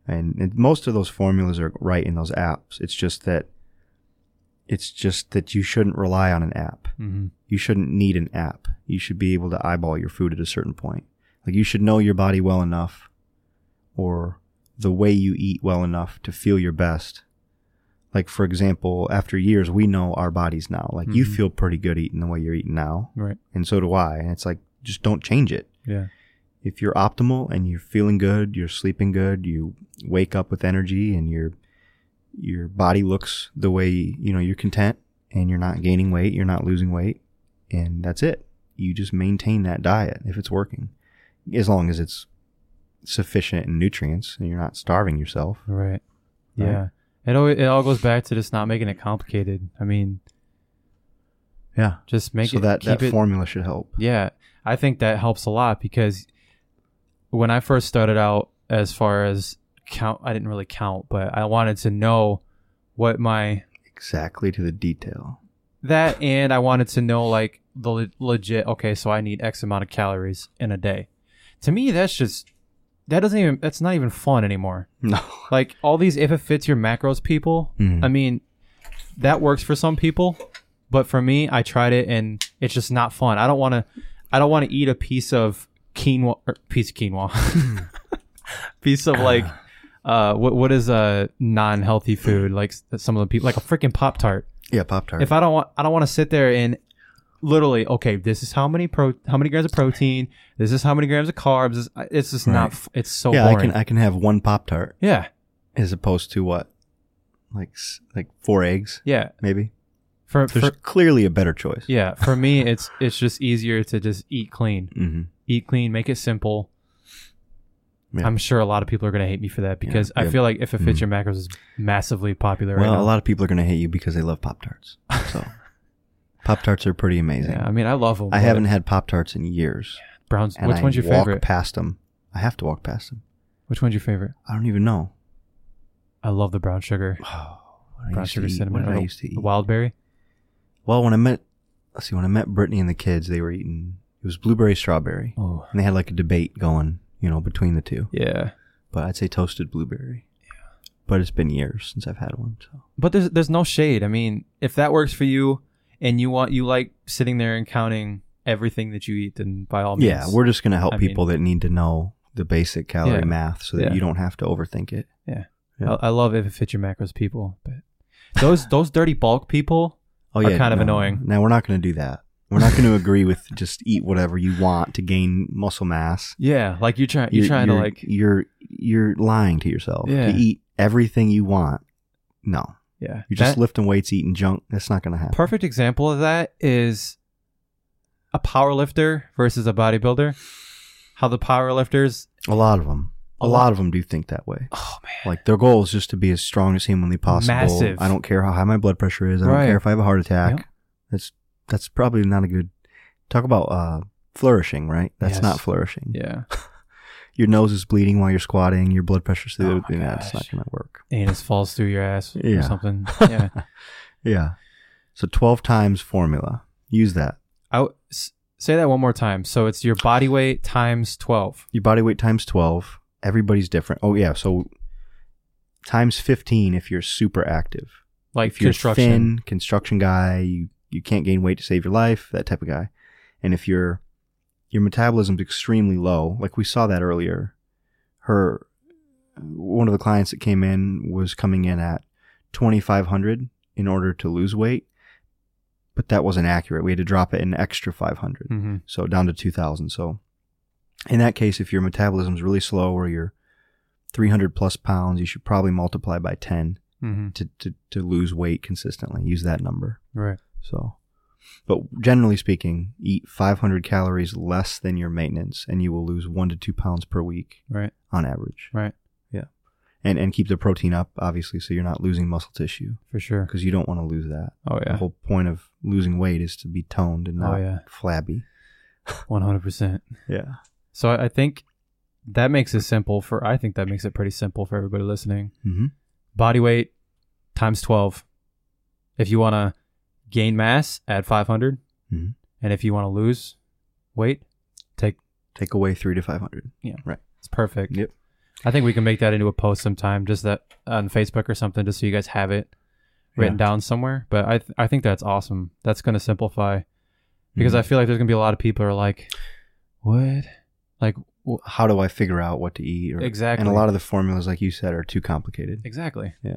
B: And, and most of those formulas are right in those apps. It's just that, it's just that you shouldn't rely on an app
A: Mhm.
B: you shouldn't need an app. You should be able to eyeball your food at a certain point. Like you should know your body well enough or the way you eat well enough to feel your best. Like for example, after years we know our bodies now. Like you
A: Mhm.
B: feel pretty good eating the way you're eating now,
A: Right.
B: and so do I. And it's like just don't change it.
A: Yeah.
B: If you're optimal and you're feeling good, you're sleeping good, you wake up with energy and your your body looks the way, you know, you're content and you're not gaining weight, you're not losing weight, and that's it. You just maintain that diet if it's working, as long as it's sufficient in nutrients and you're not starving yourself.
A: Right.
B: Right?
A: Yeah. It all it all goes back to just not making it complicated. I mean,
B: Yeah.
A: just make
B: so
A: it
B: that,
A: keep
B: that
A: it
B: formula should help.
A: Yeah, I think that helps a lot because when I first started out, as far as count, I didn't really count, but I wanted to know what my
B: Exactly to the detail. <laughs>
A: that and I wanted to know like the le- legit. Okay, so I need X amount of calories in a day. To me, that's just that doesn't even that's not even fun anymore.
B: No.
A: Like all these if it fits your macros, people.
B: Mhm.
A: I mean, that works for some people, but for me, I tried it and it's just not fun. I don't want to. I don't want to eat a piece of quinoa, or piece of quinoa, <laughs> piece of like,
B: Ah.
A: uh, what what is a non healthy food like s- some of the people like a freaking pop tart.
B: Yeah, Pop Tart.
A: If I don't want, I don't want to sit there and literally, okay, this is how many pro, how many grams of protein, this is how many grams of carbs. It's, it's just not.
B: Right.
A: f- It's so
B: yeah, I
A: boring.
B: can I can have one Pop Tart
A: yeah,
B: as opposed to what? Like s- like four eggs,
A: yeah.
B: maybe.
A: For,
B: There's
A: for
B: clearly a better choice.
A: yeah, for me, it's it's just easier to just eat clean.
B: hmm
A: eat clean, make it simple.
B: Yeah.
A: I'm sure a lot of people are going to hate me for that because I
B: Yeah. Mm-hmm.
A: feel like if it fits your macros is massively popular
B: Well,
A: right
B: a
A: now.
B: lot of people are going to hate you because they love Pop Tarts.
A: <laughs>
B: So Pop Tarts are pretty amazing.
A: Yeah, I mean, I love them.
B: I haven't had Pop Tarts in years.
A: Browns.
B: and
A: Which
B: I
A: one's your
B: walk
A: favorite?
B: Past them, I have to walk past them.
A: Which one's your favorite?
B: I don't
A: <sighs>
B: even know.
A: I love the brown sugar,
B: Oh, what I
A: brown
B: used to
A: sugar
B: eat,
A: cinnamon,
B: What
A: or
B: did I
A: the-
B: used to eat.
A: the wild berry.
B: Well, when I met, let's see, when I met Brittany and the kids, they were eating. It was blueberry strawberry,
A: Oh,
B: and they had like a debate going, you know, between the two.
A: yeah.
B: But I'd say toasted blueberry. But it's been years since I've had one. So
A: But there's there's no shade. I mean, if that works for you and you want you like sitting there and counting everything that you eat, then by all means,
B: yeah, we're just going to help
A: I mean-
B: people that need to know the basic calorie
A: Yeah.
B: math so that
A: Yeah.
B: you don't have to overthink it.
A: I, I love if it fits your macros, people. But
B: <laughs>
A: Those those dirty bulk people.
B: Oh
A: are kind of
B: no.
A: annoying.
B: Now we're not going to do that. We're not going to agree with <laughs> just eat whatever you want to gain muscle mass.
A: Yeah, like you're trying you're, trying to like
B: you're you're lying to yourself.
A: Yeah.
B: To eat everything you want. No,
A: yeah.
B: you're just
A: That-
B: lifting weights, eating junk. That's not going to happen.
A: perfect example of that is a power lifter versus a bodybuilder. How the power lifters.
B: A lot of them. A,
A: A
B: lot,
A: lot-
B: of them do think that way.
A: Oh man.
B: Like their goal is just to be as strong as humanly possible.
A: Massive.
B: I don't care how high my blood pressure is. I
A: Right.
B: don't care if I have a heart attack.
A: Yep.
B: That's that's probably not a good talk about uh flourishing, right? That's
A: Yes.
B: not flourishing.
A: Yeah.
B: Your nose is bleating while you're squatting, your blood pressure's through
A: Oh
B: the
A: my
B: yeah, it's not
A: gosh.
B: gonna work.
A: Anus falls through your ass
B: Yeah.
A: or
B: <laughs>
A: something. Yeah.
B: Yeah. So twelve times formula. Use that.
A: I w- s- say that one more time. So it's your body weight times twelve.
B: Your body weight times twelve. Everybody's different. Oh yeah, so times fifteen if you're super active.
A: Like
B: if you're
A: construction.
B: thin, construction guy, you, you can't gain weight to save your life, that type of guy. And if your your metabolism's extremely low, like we saw that earlier. Her one of the clients that came in was coming in at 2500 in order to lose weight, but that wasn't accurate. We had to drop it an extra 500
A: Mm-hmm.
B: so down to 2000 so in that case if your metabolism's really slow or you're 300 plus pounds you should probably multiply by 10
A: Mm-hmm.
B: to, to, to lose weight consistently use that number
A: Right.
B: so but generally speaking eat 500 calories less than your maintenance and you will lose one to two pounds per week
A: Right.
B: on average
A: Right.
B: yeah and and keep the protein up obviously so you're not losing muscle tissue
A: For sure.
B: because you don't want to lose that
A: Oh
B: the
A: yeah.
B: whole point of losing weight is to be toned and
A: Oh
B: not
A: yeah.
B: flabby
A: One hundred percent.
B: yeah
A: So I I think that makes it simple for. I think that makes it pretty simple for everybody listening.
B: mm-hmm
A: Body weight times twelve. If you want to gain mass, add five
B: Mhm.
A: and if you want to lose weight, take.
B: take away three to five hundred.
A: It's perfect.
B: Yep.
A: I think we can make that into a post sometime, just that on Facebook or something, just so you guys have it written
B: Yeah.
A: down somewhere. But I th- I think that's awesome. That's going to simplify
B: Mm-hmm.
A: because I feel like there's going to be a lot of people who are like, what? Like wh-
B: How do I figure out what to eat? Or,
A: Exactly.
B: And a lot of the formulas, like you said, are too complicated.
A: exactly.
B: Yeah.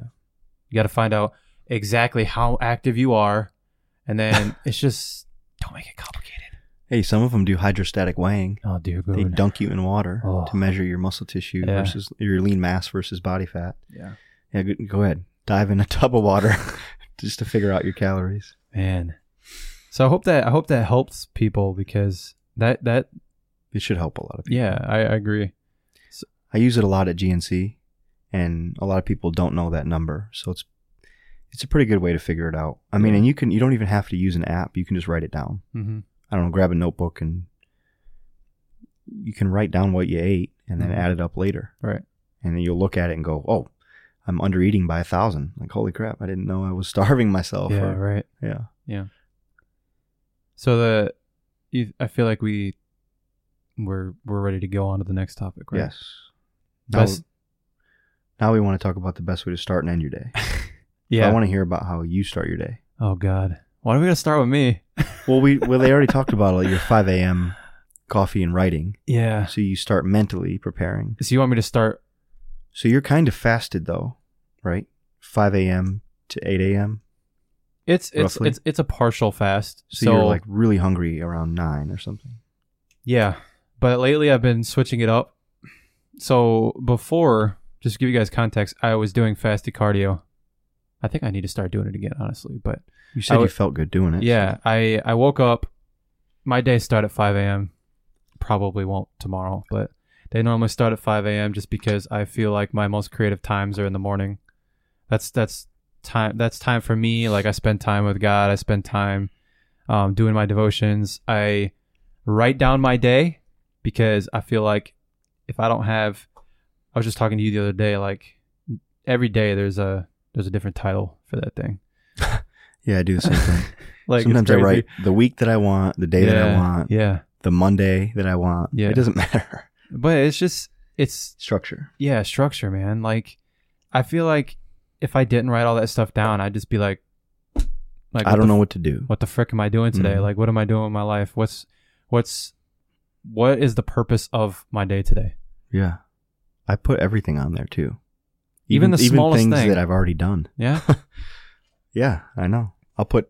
A: You got to find out exactly how active you are, and <laughs> then it's just don't make it complicated.
B: Hey, some of them do hydrostatic weighing.
A: Oh dear
B: They
A: God.
B: dunk you in water
A: Oh.
B: to measure your muscle tissue
A: Yeah.
B: versus your lean mass versus body fat.
A: Yeah.
B: Yeah, go, go ahead. Dive in a tub of water <laughs> just to figure out your calories.
A: Man. So I hope that I hope that helps people because that that
B: It should help a lot of people.
A: yeah I, I agree.
B: I use it a lot at GNC, and a lot of people don't know that number, so it's it's a pretty good way to figure it out. I mean,
A: Yeah.
B: and you can you don't even have to use an app. You can just write it down.
A: Mm-hmm.
B: I don't know, grab a notebook and you can write down what you ate and then
A: Mhm.
B: add it up later.
A: Right.
B: And then you'll look at it and go, oh, I'm under eating by a thousand. Like, holy crap, I didn't know I was <laughs> starving myself.
A: Yeah.
B: or-
A: Right.
B: Oh, yeah.
A: So the, you, I feel like we, we're we're ready to go on to the next topic, right?
B: Yes. Now,
A: Best,
B: now we want to talk about the best way to start and end
A: <laughs>
B: your day.
A: yeah.
B: I want to hear about how you start your day.
A: oh God. Why do we gotta start with me?
B: Well, we well they already talked about like, your 5 a.m. coffee and writing.
A: Yeah.
B: So you start mentally preparing.
A: So you want me to start?
B: So you're kind of fasted though, right? 5 a.m. to 8 a.m.
A: It's it's
B: Roughly.
A: it's it's a partial fast.
B: So, you're like really hungry around nine or something.
A: yeah. But lately I've been switching it up. So before, just to give you guys context, I was doing fasted cardio. I think I need to start doing it again, honestly. But
B: You said
A: would-
B: you felt good doing it.
A: Yeah, I I woke up. My day start at 5 a.m. Probably won't tomorrow, but they normally start at 5 a.m. just because I feel like my most creative times are in the morning. That's that's time that's time for me. Like I spend time with God. I spend time um, doing my devotions. I write down my day because I feel like if I don't have, I was just talking to you the other day. Like every day, there's a there's a different title for that thing.
B: Yeah, I do
A: <laughs>
B: the same thing.
A: Like it's
B: Sometimes I
A: crazy.
B: write the week that I want, the day that I
A: Yeah,
B: want,
A: Yeah.
B: the Monday that I want.
A: Yeah.
B: It doesn't <laughs> matter.
A: but it's just it's
B: Structure.
A: yeah structure man like i feel like if i didn't write all that stuff down i'd just be like like
B: I
A: what
B: don't
A: the
B: know
A: f-
B: what to do.
A: what the frick am i doing today
B: Mhm.
A: like what am i doing with my life what's what's what is the purpose of my day today
B: Yeah. I put everything on there too.
A: Even the smallest
B: things
A: thing.
B: <laughs> that I've already done.
A: yeah
B: Yeah, I know. I'll put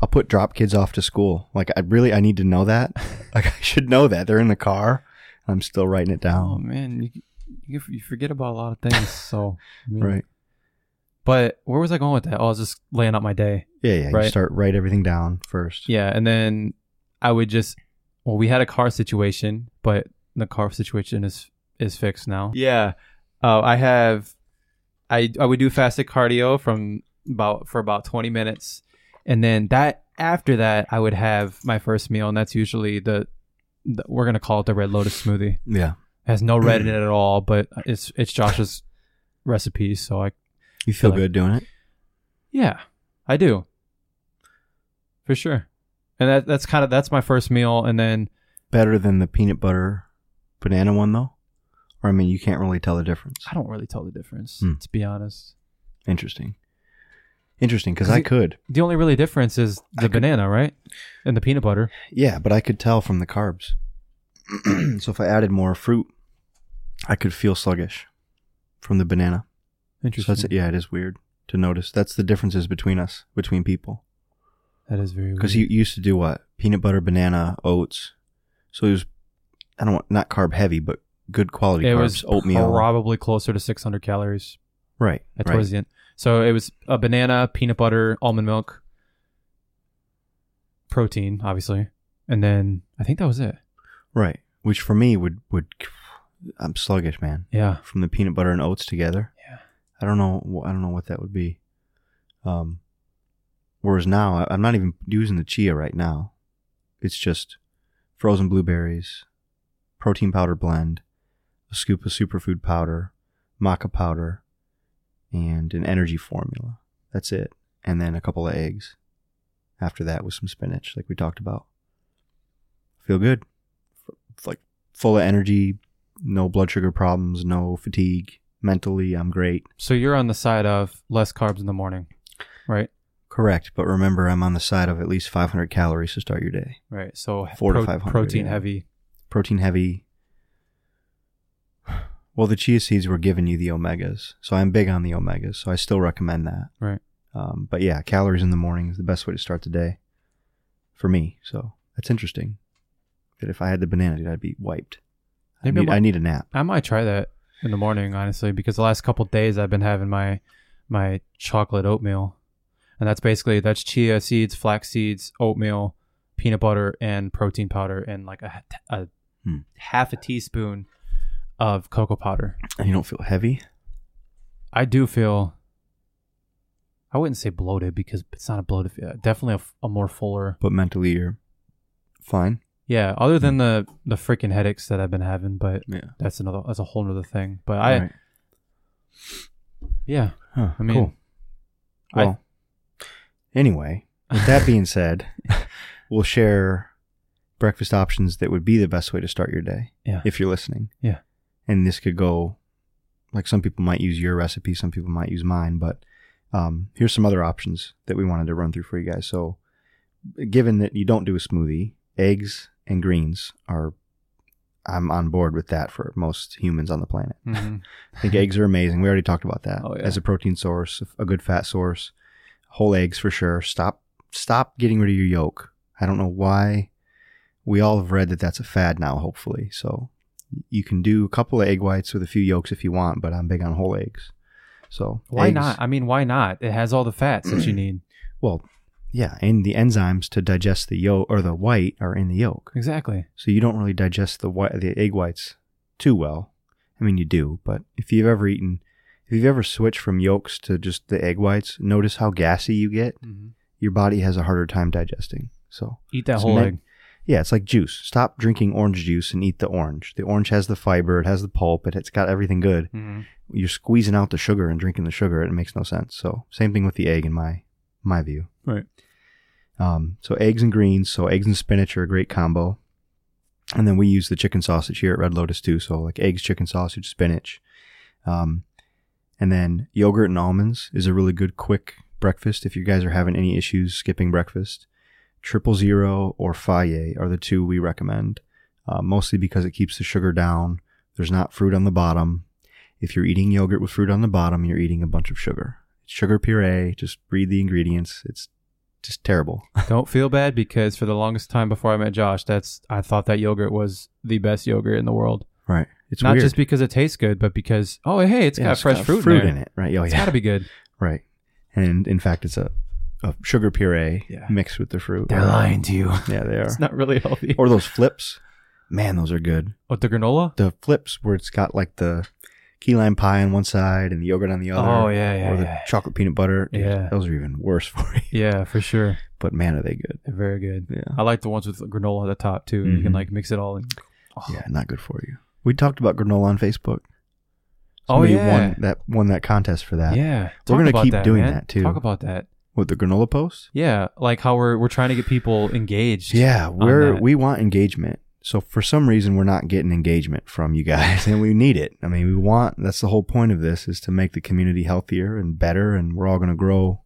B: I'll put drop kids off to school. Like I really I need to know
A: <laughs>
B: that. like I should know that. They're in the car. I'm still writing it
A: Oh
B: down.
A: man, you you, you forget about a lot of things. So I mean-
B: right.
A: But where was I going with that? Oh, I was just laying out my day.
B: Yeah, yeah. You
A: Right.
B: start write everything down first.
A: Yeah, and then I would just well, we had a car situation, but the car situation is is fixed now. Yeah. Uh, I have I I would do fasted cardio from about for about 20 minutes and then that after that I would have my first meal and that's usually the, the we're going to call it the red lotus smoothie. It
B: Yeah.
A: has no red in it at all, but it's it's Josh's recipe, so I
B: You feel
A: Feel like-
B: good doing it?
A: yeah, I do. For sure. And that that's kind of that's my first meal and then
B: Better than the peanut butter banana one though? Or I mean you can't really tell the difference.
A: I don't really tell the difference
B: Hmm.
A: to be honest.
B: Interesting. Interesting because
A: 'Cause
B: I
A: it-
B: could.
A: The only really difference is the banana, right? And the peanut butter.
B: Yeah, but I could tell from the carbs. <clears throat> so if I added more fruit, I could feel sluggish from the banana. So
A: Interesting.
B: that's, yeah, it is weird to notice. That's the differences between us, between people.
A: that is very
B: Because he
A: weird.
B: used to do what? Peanut butter, banana, oats. So he was, I don't want, not carb heavy, but good quality
A: it
B: carbs.
A: was
B: oatmeal.
A: probably closer to 600 calories
B: right.
A: at
B: right.
A: towards the end. So it was a banana, peanut butter, almond milk, protein, obviously, and then I think that was it.
B: Right. Which for me would, would, I'm sluggish, man.
A: Yeah,
B: From the peanut butter and oats together.
A: Yeah.
B: I don't know. wh- I don't know what that would be. Um, whereas now I- I'm not even using the chia right now. It's just frozen blueberries, protein powder blend, a scoop of superfood powder, maca powder, and an energy formula. That's it. And then a couple of eggs. After that with some spinach, like we talked about. Feel good. F- Like full of energy, no blood sugar problems, no fatigue. Mentally, I'm great.
A: so you're on the side of less carbs in the morning, right?
B: Correct, but remember, I'm on the side of at least 500 calories to start your day.
A: Right. So
B: Four to
A: pro-
B: 500,
A: protein
B: yeah.
A: heavy.
B: Protein heavy. <sighs> Well, the chia seeds were giving you the omegas, so I'm big on the omegas, so I still recommend that.
A: Right.
B: Um, but yeah, calories in the morning is the best way to start the day for me. So that's interesting. That if I had the banana, dude, I'd be wiped. I
A: Maybe
B: need,
A: I'm-
B: I need a nap.
A: I might try that in the morning, honestly, because the last couple days I've been having my my chocolate oatmeal, and that's basically that's chia seeds, flax seeds, oatmeal, peanut butter, and protein powder, and like a, a
B: Hmm.
A: half a teaspoon of cocoa powder.
B: And you don't feel heavy?
A: I do feel. I wouldn't say bloated because it's not a bloated. feel. Definitely a f- a more fuller.
B: but mentally you're fine.
A: Yeah, other than the the freaking headaches that I've been having, but
B: Yeah.
A: that's another that's a whole nother thing. But I yeah,
B: Huh,
A: I mean,
B: cool.
A: I-
B: Well, anyway, with that
A: <laughs>
B: being said, we'll share breakfast options that would be the best way to start your day.
A: Yeah.
B: If you're listening.
A: Yeah.
B: And this could go, like some people might use your recipe, some people might use mine, but um, here's some other options that we wanted to run through for you guys. So, given that you don't do a smoothie, eggs and greens are, I'm on board with that for most humans on the planet.
A: Mhm.
B: I think eggs are amazing. We already talked about that
A: Oh, yeah.
B: as a protein source, a good fat source. Whole eggs for sure. Stop, stop getting rid of your yolk. I don't know why. We all have read that that's a fad now. Hopefully, so you can do a couple of egg whites with a few yolks if you want. But I'm big on whole eggs. So
A: Why
B: eggs-
A: not? I mean, why not? It has all the fats that
B: <clears throat>
A: you need.
B: Well, yeah, and the enzymes to digest the yolk or the white are in the yolk,
A: Exactly.
B: so you don't really digest the white, the egg whites too well. I mean, you do, but if you've ever eaten, if you've ever switched from yolks to just the egg whites, notice how gassy you get. Your body has a harder time digesting. So,
A: Eat that
B: Mm-hmm. It's
A: whole
B: meant-
A: egg.
B: yeah, it's like juice. Stop drinking orange juice and eat the orange. The orange has the fiber, it has the pulp, it, it's got everything good. You're squeezing out the sugar and drinking the sugar. It makes no sense. So, same thing with the egg in my my view.
A: Right.
B: Um, so eggs and greens. So eggs and spinach are a great combo. And then we use the chicken sausage here at Red Lotus too. So like eggs, chicken sausage, spinach. Um, and then yogurt and almonds is a really good quick breakfast if you guys are having any issues skipping breakfast. Triple zero or Faye are the two we recommend, uh, mostly because it keeps the sugar down. There's not fruit on the bottom. If you're eating yogurt with fruit on the bottom, you're eating a bunch of sugar. It's sugar puree. Just read the ingredients. It's just terrible.
A: Don't feel bad because for the longest time before I met Josh, that's I thought that yogurt was the best yogurt in the world.
B: Right. It's
A: Not
B: weird.
A: just because it tastes good, but because oh hey, it's
B: Yeah,
A: got fresh fruit, in, there.
B: it. Right. Oh,
A: It's
B: yeah.
A: got to be good.
B: Right. And in fact, it's a, a sugar puree
A: Yeah.
B: mixed with the fruit.
A: to you.
B: Yeah, they are.
A: <laughs> It's not really healthy.
B: or those flips. Man, those are good.
A: What the granola?
B: The flips where it's got like the key lime pie on one side and the yogurt on the other.
A: Oh yeah,
B: or
A: yeah,
B: the
A: yeah.
B: chocolate peanut butter. Dude,
A: Yeah.
B: Those are even worse <laughs> for you.
A: yeah, for sure.
B: But man, are they good.
A: They're very good.
B: Yeah.
A: I like the ones with granola at the top too. You can
B: Mhm.
A: like mix it all. In. Oh,
B: Yeah, not good for you. We talked about granola on Facebook.
A: oh
B: Somebody
A: yeah,
B: won that won that contest for that.
A: yeah. Talk
B: gonna
A: about
B: keep doing
A: man.
B: that, too.
A: Talk about that.
B: With the granola post?
A: Yeah, like how we're we're trying to get people engaged.
B: Yeah, we're
A: that.
B: we want engagement. So for some reason we're not getting engagement from you guys <laughs> and we need it. I mean, we want that's the whole point of this is to make the community healthier and better and we're all going to grow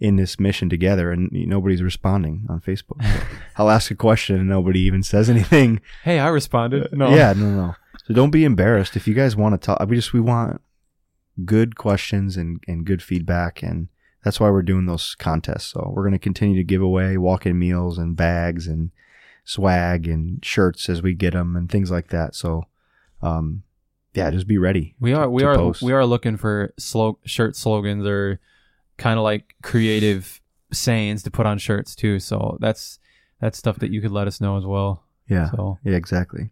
B: in this mission together and nobody's responding
A: <laughs>
B: on Facebook. So I'll ask a question and nobody even says anything.
A: Hey, I responded. No.
B: Uh, Yeah, no, no. So don't be embarrassed if you guys want to talk. We just we want good questions and and good feedback and that's why we're doing those contests. So we're going to continue to give away walk-in meals and bags and swag and shirts as we get them and things like that. So um yeah, just be ready.
A: We
B: to-
A: are we
B: to
A: are
B: post.
A: we are looking for slo- shirt slogans or kind of like creative sayings to put on shirts too. So that's that's stuff that you could let us know as well.
B: Yeah.
A: So
B: Yeah, exactly.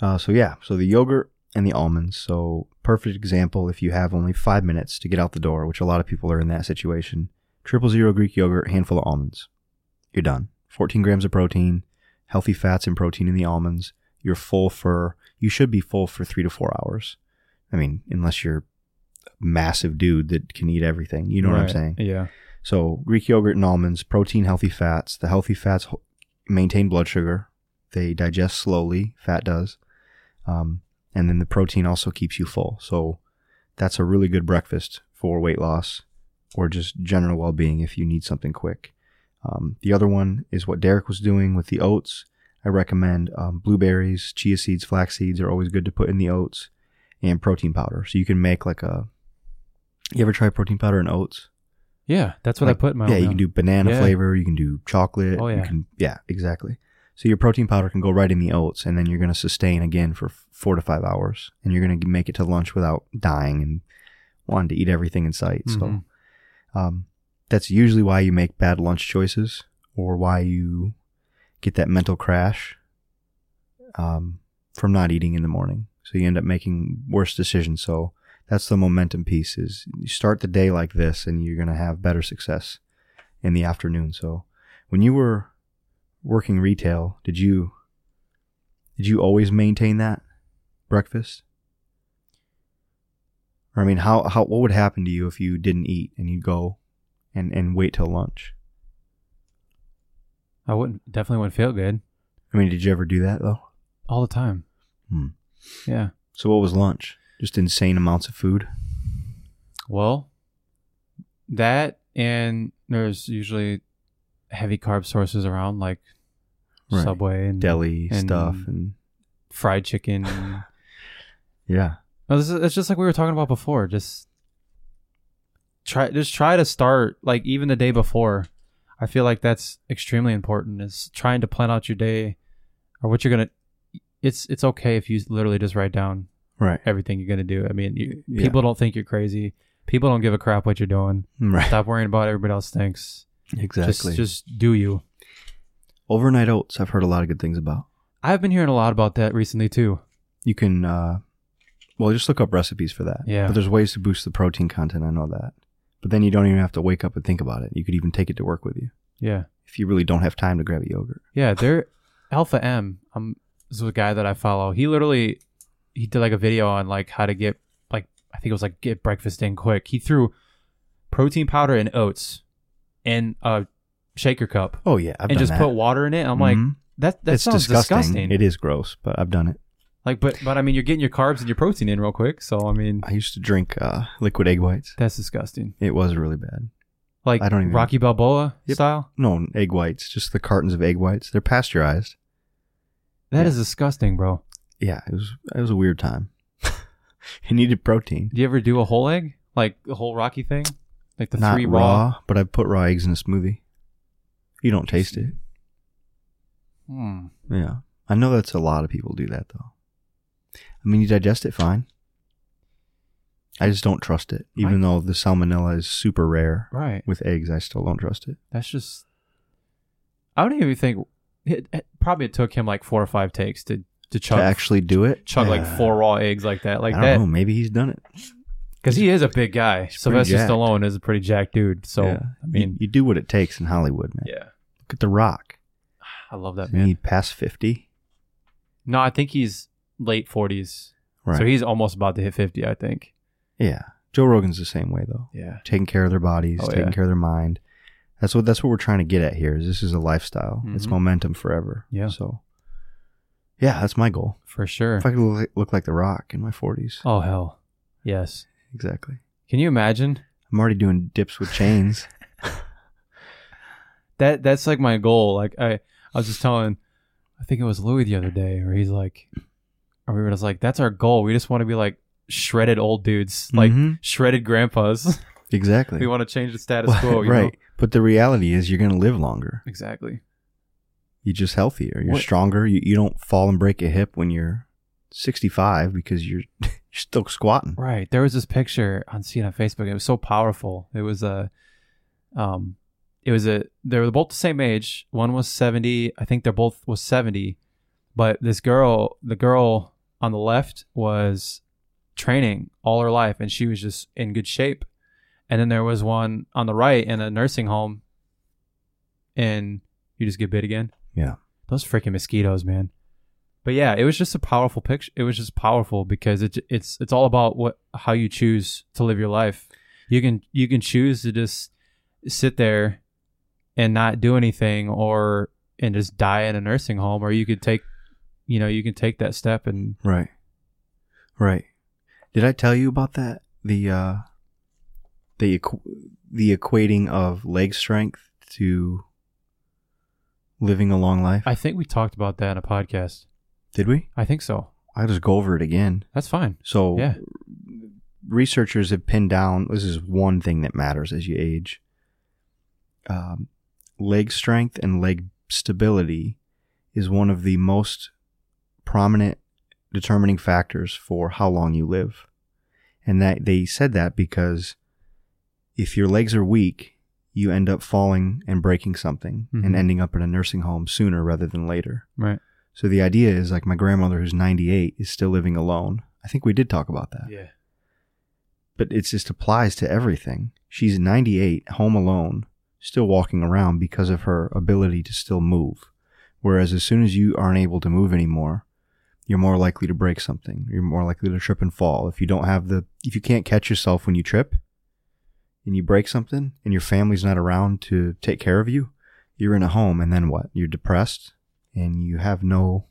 B: Uh, so yeah, so the yogurt and the almonds. So perfect example if you have only five minutes to get out the door, which a lot of people are in that situation. Triple zero Greek yogurt, handful of almonds. You're done. 14 grams of protein, healthy fats and protein in the almonds. You're full for you should be full for three to four hours. I mean, unless you're a massive dude that can eat everything. You know what I'm
A: Right.
B: saying?
A: Yeah.
B: So Greek yogurt and almonds, protein, healthy fats. The healthy fats h- maintain blood sugar. They digest slowly. Fat does, um, and then the protein also keeps you full. So that's a really good breakfast for weight loss or just general well-being if you need something quick. Um, the other one is what Derek was doing with the oats. I recommend um, blueberries, chia seeds, flax seeds are always good to put in the oats, and protein powder. So you can make like a. You ever try protein powder and oats?
A: Yeah, that's what I
B: Like,
A: put in my
B: yeah, you
A: oatmeal.
B: can do banana
A: Yeah.
B: flavor. You can do chocolate.
A: Oh,
B: You
A: yeah.
B: can, yeah, exactly. So your protein powder can go right in the oats, and then you're going to sustain again for f- four to five hours, and you're going to make it to lunch without dying and wanting to eat everything in sight.
A: Mhm.
B: So um, that's usually why you make bad lunch choices or why you get that mental crash um, from not eating in the morning. So you end up making worse decisions. So that's the momentum piece is you start the day like this and you're going to have better success in the afternoon. So when you were working retail, did you did you always maintain that breakfast? Or I mean, how how what would happen to you if you didn't eat and you go and and wait till lunch?
A: I wouldn't definitely wouldn't feel good
B: I mean, did you ever do that though?
A: all the time.
B: Hmm.
A: Yeah.
B: So what was lunch? Just insane amounts of food.
A: Well, that and there's usually heavy carb sources around like
B: Right.
A: Subway and
B: deli
A: And-
B: stuff and
A: fried chicken. and-
B: yeah
A: No, this is, it's just like we were talking about before. Just try, just try to start like even the day before. I feel like that's extremely important. Is trying to plan out your day or what you're gonna. It's it's okay if you literally just write down
B: right
A: everything you're gonna do. I mean, you,
B: Yeah.
A: people don't think you're crazy. People don't give a crap what you're doing.
B: Mm, right
A: Stop worrying about everybody else thinks.
B: exactly
A: Just just do you.
B: overnight oats I've heard a lot of good things about
A: I've been hearing a lot about that recently too.
B: you can uh well just look up recipes for that
A: Yeah.
B: but there's ways to boost the protein content I know that but then you don't even have to wake up and think about it you could even take it to work with you
A: Yeah.
B: if you really don't have time to grab a yogurt
A: Yeah, they're Alpha M. Um, this is a guy that I follow. He literally he did like a video on like how to get like I think it was like get breakfast in quick. He threw protein powder and oats in a shaker cup
B: oh yeah I've
A: and
B: done
A: just
B: that.
A: put water in it. I'm like
B: Mhm.
A: that that
B: it's
A: sounds
B: disgusting.
A: disgusting.
B: it is gross but I've done it
A: Like but but I mean you're getting your carbs and your protein in real quick. So I mean
B: I used to drink uh liquid egg whites
A: that's disgusting.
B: it was really bad
A: Like
B: I don't even-
A: Rocky Balboa
B: Yep.
A: style.
B: no egg whites just the cartons of egg whites they're pasteurized
A: That is
B: Yeah.
A: disgusting, bro.
B: yeah, it was it was a weird time. <laughs> it needed protein.
A: Do you ever do a whole egg? Like the whole Rocky thing? Like the
B: Not
A: three
B: raw,
A: raw.
B: but I put raw eggs in a smoothie. You don't taste it.
A: Hmm.
B: Yeah. I know that's a lot of people do that though. I mean, you digest it fine. I just don't trust it. Even though the salmonella is super rare
A: Right.
B: with eggs, I still don't trust it.
A: That's just. I don't even think. It, it- probably it took him like four or five takes to to chug
B: to actually do it,
A: chug
B: yeah.
A: like four raw eggs like that, like
B: I don't know.
A: that.
B: Maybe he's done it.
A: Because he is a big guy.
B: He's pretty
A: Sylvester
B: jacked.
A: Stallone is a pretty jacked dude. So
B: Yeah.
A: I
B: You-
A: mean,
B: you, do what it takes in Hollywood, man.
A: yeah,
B: Look at The Rock.
A: I love that
B: Is
A: man.
B: He past fifty,
A: no, I think he's late forties,
B: right?
A: so he's almost about to hit fifty. I think.
B: yeah. Joe Rogan's the same way though.
A: Yeah.
B: Taking care of their bodies,
A: Oh,
B: taking
A: yeah.
B: care of their mind. That's what that's what we're trying to get at here. Is this is a lifestyle. It's
A: Mhm.
B: momentum forever.
A: Yeah.
B: So, yeah, that's my goal.
A: For sure.
B: If I could look, like- look like The Rock in my 40s.
A: Oh hell, yes.
B: Exactly.
A: Can you imagine?
B: I'm already doing dips
A: <laughs>
B: with chains.
A: that that's like my goal. Like I, I was just telling, I think it was Louis the other day, where he's like, or we were just like, that's our goal. We just want to be like shredded old dudes, like
B: Mhm.
A: shredded grandpas. <laughs>
B: exactly.
A: we want to change the status
B: <laughs>
A: quo. You
B: right.
A: Know?
B: But the reality is you're going to live longer.
A: Exactly.
B: You're just healthier. You're
A: What-
B: stronger. You, you don't fall and break a hip when you're 65 because you're, <laughs> you're still squatting.
A: Right. There was this picture on seen on Facebook. It was so powerful. It was a, um, it was a. They were both the same age. One was seventy. I think they're both was seventy, but this girl, the girl on the left, was training all her life, and she was just in good shape. And then there was one on the right in a nursing home. And you just get bit again.
B: Yeah.
A: Those freaking mosquitoes, man. But yeah, it was just a powerful picture. It was just powerful because it, it's it's all about what how you choose to live your life. You can you can choose to just sit there and not do anything, or and just die in a nursing home, or you could take, you know, you can take that step and
B: Right. Right. Did I tell you about that? The, uh, the, equ- the equating of leg strength to living a long life.
A: I think we talked about that in a podcast.
B: Did we?
A: I think so.
B: I'll just go over it again.
A: That's fine.
B: So
A: Yeah.
B: researchers have pinned down this is one thing that matters as you age. Um, leg strength and leg stability is one of the most prominent determining factors for how long you live. And that they said that because if your legs are weak, you end up falling and breaking something and
A: Mhm.
B: ending up in a nursing home sooner rather than later.
A: Right.
B: So the idea is like my grandmother who's 98 is still living alone. I think we did talk about that.
A: Yeah.
B: But it just applies to everything. She's 98, home alone, still walking around because of her ability to still move. Whereas as soon as you aren't able to move anymore, you're more likely to break something. You're more likely to trip and fall. If you don't have the if you can't catch yourself when you trip and you break something and your family's not around to take care of you, you're in a home and then what? You're depressed and you have no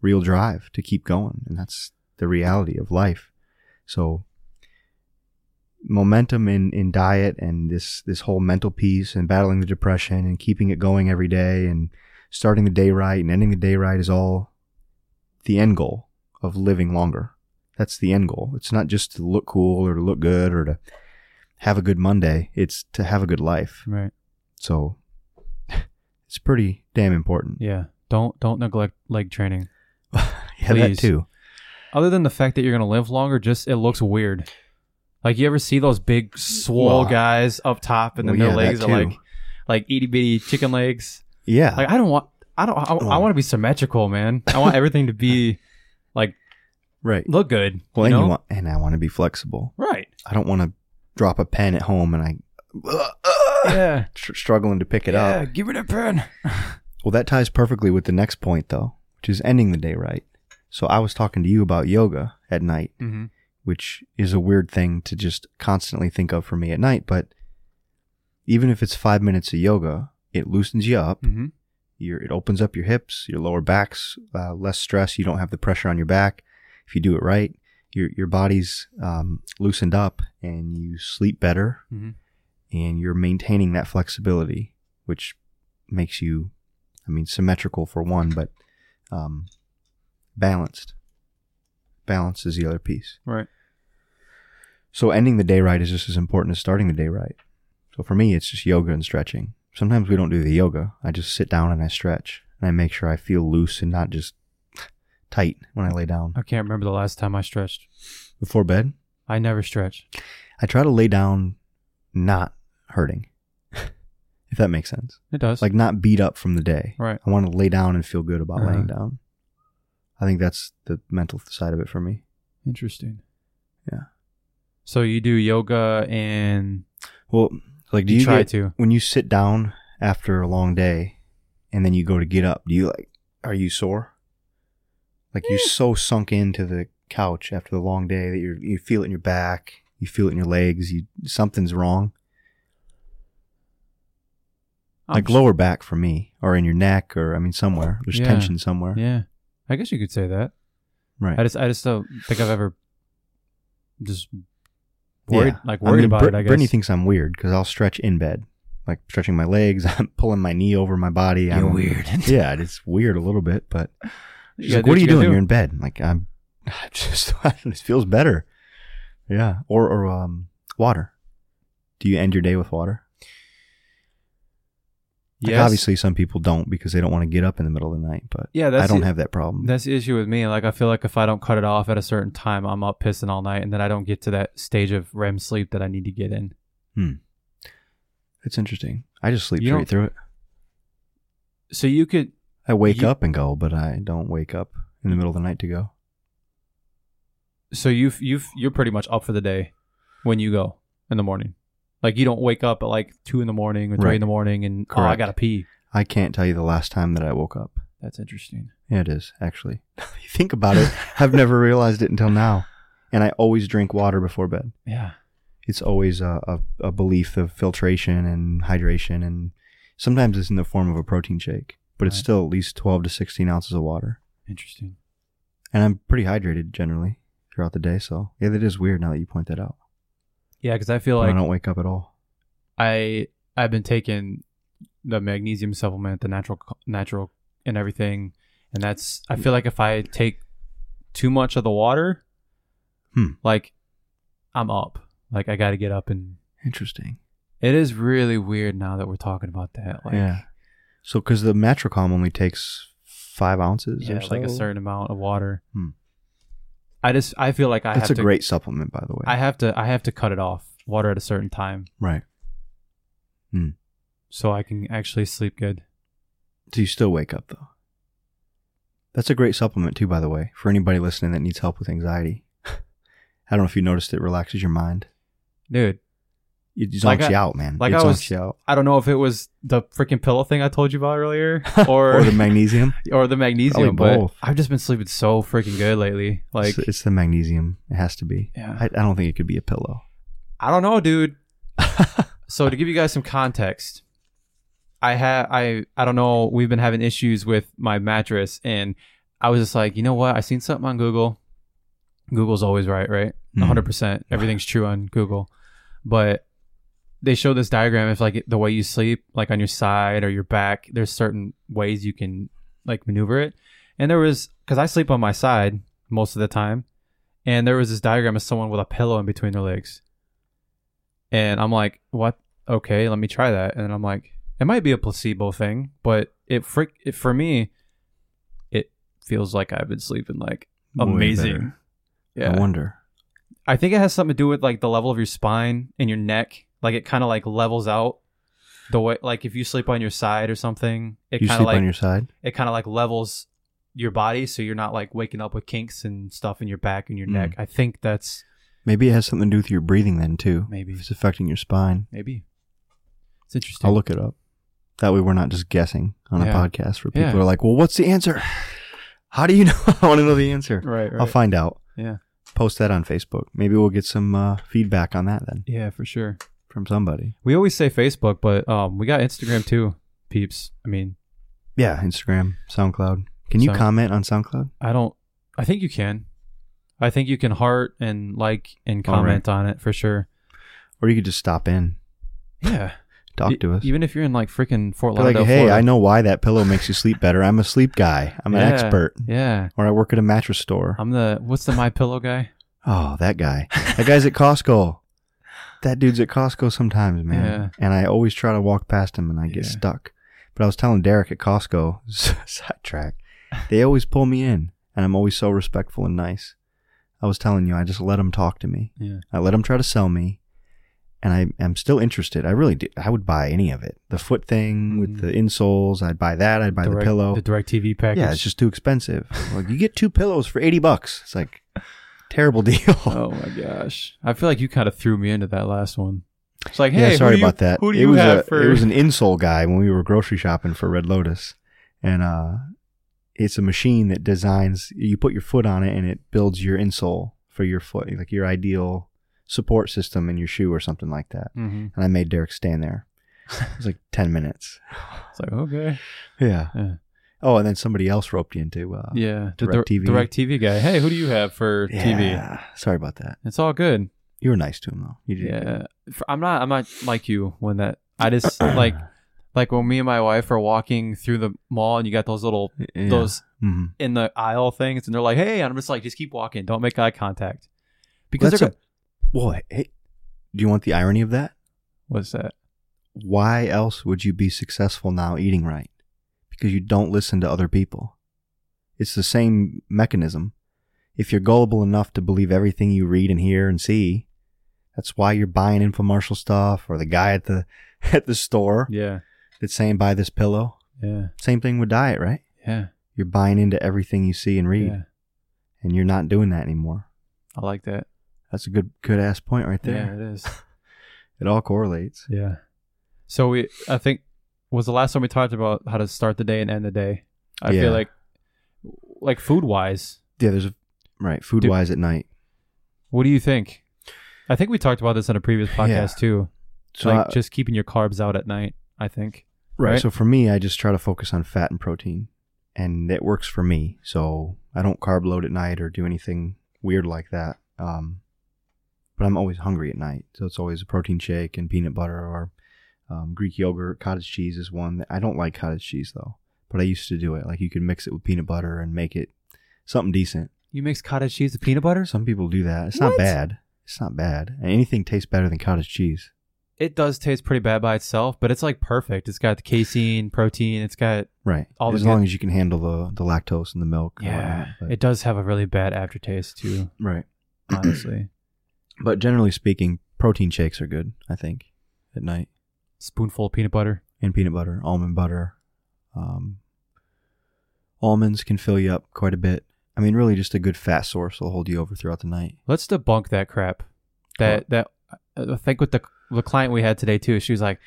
B: real drive to keep going. And that's the reality of life. So momentum in, in diet and this, this whole mental piece and battling the depression and keeping it going every day and starting the day right and ending the day right is all the end goal of living longer. That's the end goal. It's not just to look cool or to look good or to have a good Monday. It's to have a good life.
A: Right.
B: So <laughs> it's pretty damn important.
A: Yeah. Don't don't neglect leg training.
B: yeah that
A: Please.
B: too.
A: Other than the fact that you're gonna live longer, just it looks weird. Like you ever see those big swole
B: Well,
A: guys up top and then
B: Well,
A: their
B: yeah,
A: legs
B: that
A: are
B: too.
A: like like itty bitty chicken legs.
B: yeah
A: Like I don't want I don't I, I want to be symmetrical, man. I want everything to
B: <laughs>
A: be like
B: right
A: look good.
B: well
A: you
B: and
A: know?
B: you want and i want to be flexible
A: right.
B: i don't want to drop a pen at home and i
A: Yeah.
B: <laughs> Str- struggling to pick it
A: yeah,
B: up
A: Give me that pen.
B: well that ties perfectly with the next point though which is ending the day right so i was talking to you about yoga at night
A: hmm
B: which is a weird thing to just constantly think of for me at night but even if it's five minutes of yoga it loosens you up
A: hmm
B: your it opens up your hips, your lower backs, uh, less stress. You don't have the pressure on your back. If you do it right, your your body's um, loosened up, and you sleep better,
A: Mhm.
B: and you're maintaining that flexibility, which makes you, I mean, symmetrical for one, but um, balanced. Balance is the other piece.
A: Right.
B: So ending the day right is just as important as starting the day right. So for me, it's just yoga and stretching. Sometimes we don't do the yoga. I just sit down and I stretch and I make sure I feel loose and not just <sighs> tight when I lay down.
A: I can't remember the last time I stretched.
B: Before bed,
A: I never stretch.
B: I try to lay down not hurting, <laughs> if that makes sense.
A: It does.
B: Like not beat up from the day.
A: right.
B: I want to lay down and feel good about
A: Uh-huh.
B: laying down. I think that's the mental side of it for me.
A: Interesting.
B: Yeah.
A: So you do yoga and
B: Well, like, do
A: you,
B: you,
A: try
B: get-
A: to.
B: when you sit down after a long day and then you go to get up, do you like are you sore? Like you're so sunk into the couch after the long day that you you feel it in your back, you feel it in your legs, you something's wrong.
A: I'm
B: like
A: s-
B: lower back for me or in your neck or I mean somewhere. There's
A: Yeah.
B: tension somewhere.
A: Yeah. I guess you could say that.
B: Right.
A: I just I just don't think I've ever just worried
B: Yeah.
A: like
B: I
A: worried
B: mean,
A: about
B: Brit-
A: it, I guess.
B: Brittany thinks I'm weird because I'll stretch in bed, like stretching my legs. <laughs> I'm pulling my knee over my body. I'm, <laughs> yeah, it's weird a little bit, but She's
A: Yeah,
B: like,
A: do
B: "What are you
A: gotta
B: doing?
A: do."
B: You're in bed." I'm like I'm, <laughs> I just it feels better. Yeah, or or um, water. Do you end your day with water? Like,
A: Yes.
B: obviously, some people don't because they don't want to get up in the middle of the night. But
A: Yeah, that's
B: I don't
A: the-
B: have that problem.
A: That's the issue with me. Like I feel like if I don't cut it off at a certain time, I'm up pissing all night, and then I don't get to that stage of REM sleep that I need to get in.
B: it's interesting. I just sleep
A: You
B: straight
A: don't-
B: through it.
A: So you could.
B: I wake
A: you-
B: up and go, but I don't wake up in the middle of the night to go.
A: So you've you've you're pretty much up for the day when you go in the morning. Like you don't wake up at like two in the morning or three
B: Right.
A: in the morning, and oh, I
B: Correct.
A: gotta pee.
B: I can't tell you the last time that I woke up.
A: That's interesting.
B: Yeah, it is actually. <laughs> you think about it. I've never realized it until now, and I always drink water before bed.
A: Yeah.
B: it's always a, a, a belief of filtration and hydration and sometimes it's in the form of a protein shake but it's
A: Right.
B: still at least 12 to 16 ounces of water
A: Interesting.
B: and i'm pretty hydrated generally throughout the day so yeah that is weird now that you point that out
A: Yeah, because I feel
B: When
A: like
B: i don't wake up at all
A: I I've been taking the magnesium supplement, the natural natural and everything, and that's I feel like if I take too much of the water,
B: Hmm.
A: like I'm up. Like I got to get up and
B: interesting
A: it is really weird now that we're talking about that. Like
B: yeah so because the matricom only takes five ounces
A: yeah,
B: or
A: it's like a
B: so.
A: certain amount of water.
B: Hmm.
A: I just I feel like I
B: that's
A: have to
B: a great supplement by the way
A: I have to I have to cut it off water at a certain time
B: right
A: so I can actually sleep good.
B: so you still wake up though that's a great supplement too by the way for anybody listening that needs help with anxiety <laughs> i don't know if you noticed it relaxes your mind
A: Dude,
B: It zonks
A: Like I-
B: you out, man.
A: like
B: it
A: I
B: zonks
A: was-
B: you out.
A: I don't know if it was the freaking pillow thing I told you about earlier, or
B: <laughs> Or the magnesium.
A: or the magnesium.
B: Probably
A: But
B: both.
A: I've just been sleeping so freaking good lately. <laughs> Like
B: it's, it's the magnesium. It has to be.
A: Yeah.
B: I, I don't think it could be a pillow.
A: I don't know, dude. so to give you guys some context, I had I I don't know. We've been having issues with my mattress, and I was just like, you know what? I seen something on Google. Google's always right, right?
B: Mhm.
A: One hundred percent. Everything's true on Google, but they show this diagram if like the way you sleep, like on your side or your back. There's certain ways you can like maneuver it, and there was because I sleep on my side most of the time, and there was this diagram of someone with a pillow in between their legs. And I'm like, what? Okay, let me try that. And I'm like, it might be a placebo thing, but it freak it for me. It feels like I've been sleeping like
B: Way
A: amazing.
B: better. I
A: Yeah,
B: wonder.
A: I think it has something to do with like the level of your spine and your neck. Like it kind of like levels out the way. Like if you sleep on your side or something, it
B: you
A: kind of
B: sleep
A: like
B: on your side?
A: it kind of like levels your body so you're not like waking up with kinks and stuff in your back and your
B: Mm.
A: neck. I think that's
B: Maybe it has something to do with your breathing then, too.
A: Maybe.
B: If it's affecting your spine.
A: maybe it's interesting.
B: I'll look it up. That way we're not just guessing on
A: Yeah.
B: a podcast where people
A: Yeah.
B: are like, well, what's the answer? <sighs> How do you know? <laughs> I want to know the answer.
A: Right, right.
B: I'll find out.
A: Yeah.
B: Post that on Facebook. Maybe we'll get some uh, feedback on that then
A: yeah, for sure.
B: from somebody.
A: We always say Facebook, but um, we got Instagram too, peeps. I mean,
B: Yeah, Instagram, SoundCloud. Can you
A: Sound-
B: comment on SoundCloud?
A: I don't. I think you can. I think you can heart and like and
B: All right.
A: comment on it for sure.
B: Or you could just stop in,
A: Yeah,
B: talk
A: E-
B: to us.
A: Even if you're in like freaking Fort
B: Be like,
A: Lauderdale,
B: hey,
A: Florida.
B: I know why that pillow makes you sleep better. I'm a sleep guy. I'm
A: Yeah,
B: an expert.
A: Yeah,
B: Or I work at a mattress store.
A: I'm the what's the My Pillow guy?
B: oh, that guy. That guy's at Costco. that dude's at Costco sometimes, man. And I always try to walk past him and I get
A: Yeah.
B: stuck. But I was telling Derek at Costco, <laughs> sidetrack, they always pull me in and I'm always so respectful and nice. I was telling you, I just let them talk to me.
A: Yeah.
B: I let them try to sell me and I am still interested. I really do. I would buy any of it. The foot thing with
A: Mhm.
B: the insoles, I'd buy that. I'd buy the
A: Direct-
B: pillow.
A: The direct TV package.
B: yeah, it's just too expensive. like you get two pillows for 80 bucks. It's like terrible deal. <laughs>
A: Oh my gosh. I feel like you kind of threw me into that last one. It's like,
B: yeah,
A: hey,
B: sorry
A: who do you-
B: about that.
A: Who do
B: it
A: you
B: was
A: have
B: a,
A: for?
B: it
A: <laughs>
B: was an insole guy when we were grocery shopping for Red Lotus, and uh, it's a machine that designs. You put your foot on it, and it builds your insole for your foot, like your ideal support system in your shoe or something like that.
A: Mhm.
B: And I made Derek stand there. It
A: <laughs>
B: was like ten minutes.
A: It's like okay,
B: Yeah.
A: Yeah.
B: Oh, and then somebody else roped you into. Uh,
A: yeah. The
B: DirecTV.
A: direct TV guy. Hey, who do you have for TV?
B: yeah, Sorry about that.
A: It's all good.
B: You were nice to him though. You did. good.
A: Yeah, F- I'm not. I'm not like you when that. I just <clears throat> like like when me and my wife are walking through the mall and you got those little
B: Yeah.
A: those
B: Mhm.
A: in the aisle things and they're like, hey, and I'm just like, just keep walking, don't make eye contact because
B: Because
A: they're
B: that's a,
A: go-
B: boy. Hey, do you want the irony of that?
A: what's that?
B: why else would you be successful now eating right? Because you don't listen to other people. It's the same mechanism. If you're gullible enough to believe everything you read and hear and see, that's why you're buying infomercial stuff or the guy at the <laughs> at the store
A: Yeah,
B: that's saying buy this pillow.
A: yeah,
B: Same thing with diet, right?
A: yeah,
B: You're buying into everything you see and read
A: yeah.
B: and you're not doing that anymore.
A: I like that.
B: That's a good good ass point right
A: Yeah,
B: there.
A: it
B: <laughs>
A: is.
B: It all correlates.
A: Yeah. So we, I think, was the last time we talked about how to start the day and end the day. I
B: Yeah.
A: feel like, like food wise,
B: Yeah, there's a right, food wise at night.
A: what do you think? I think we talked about this on a previous podcast too. like
B: I-
A: just keeping your carbs out at night, I think.
B: uh, Right.
A: right?
B: So for me, I just try to focus on fat and protein, and it works for me. So I don't carb load at night or do anything weird like that. Um, but I'm always hungry at night, so it's always a protein shake and peanut butter or um, Greek yogurt. Cottage cheese is one that I don't like cottage cheese though, but I used to do it. Like you could mix it with peanut butter and make it something decent.
A: You mix cottage cheese with peanut butter?
B: Some people do that. It's
A: What?
B: not bad. It's not bad. And anything tastes better than cottage cheese.
A: It does taste pretty bad by itself, but it's like perfect. It's got the casein, protein, it's got
B: Right.
A: All the
B: as
A: good-
B: long as you can handle the, the lactose and the milk. and
A: yeah.
B: whatnot, but-
A: It does have a really bad aftertaste
B: <clears throat>
A: too,
B: right.
A: honestly.
B: But generally speaking, protein shakes are good, I think, at night.
A: Spoonful of peanut butter.
B: And peanut butter, almond butter. Um, almonds can fill you up quite a bit. I mean, really, just a good fat source will hold you over throughout the night.
A: Let's debunk that crap. That that I I think with the the client we had today too, she was like,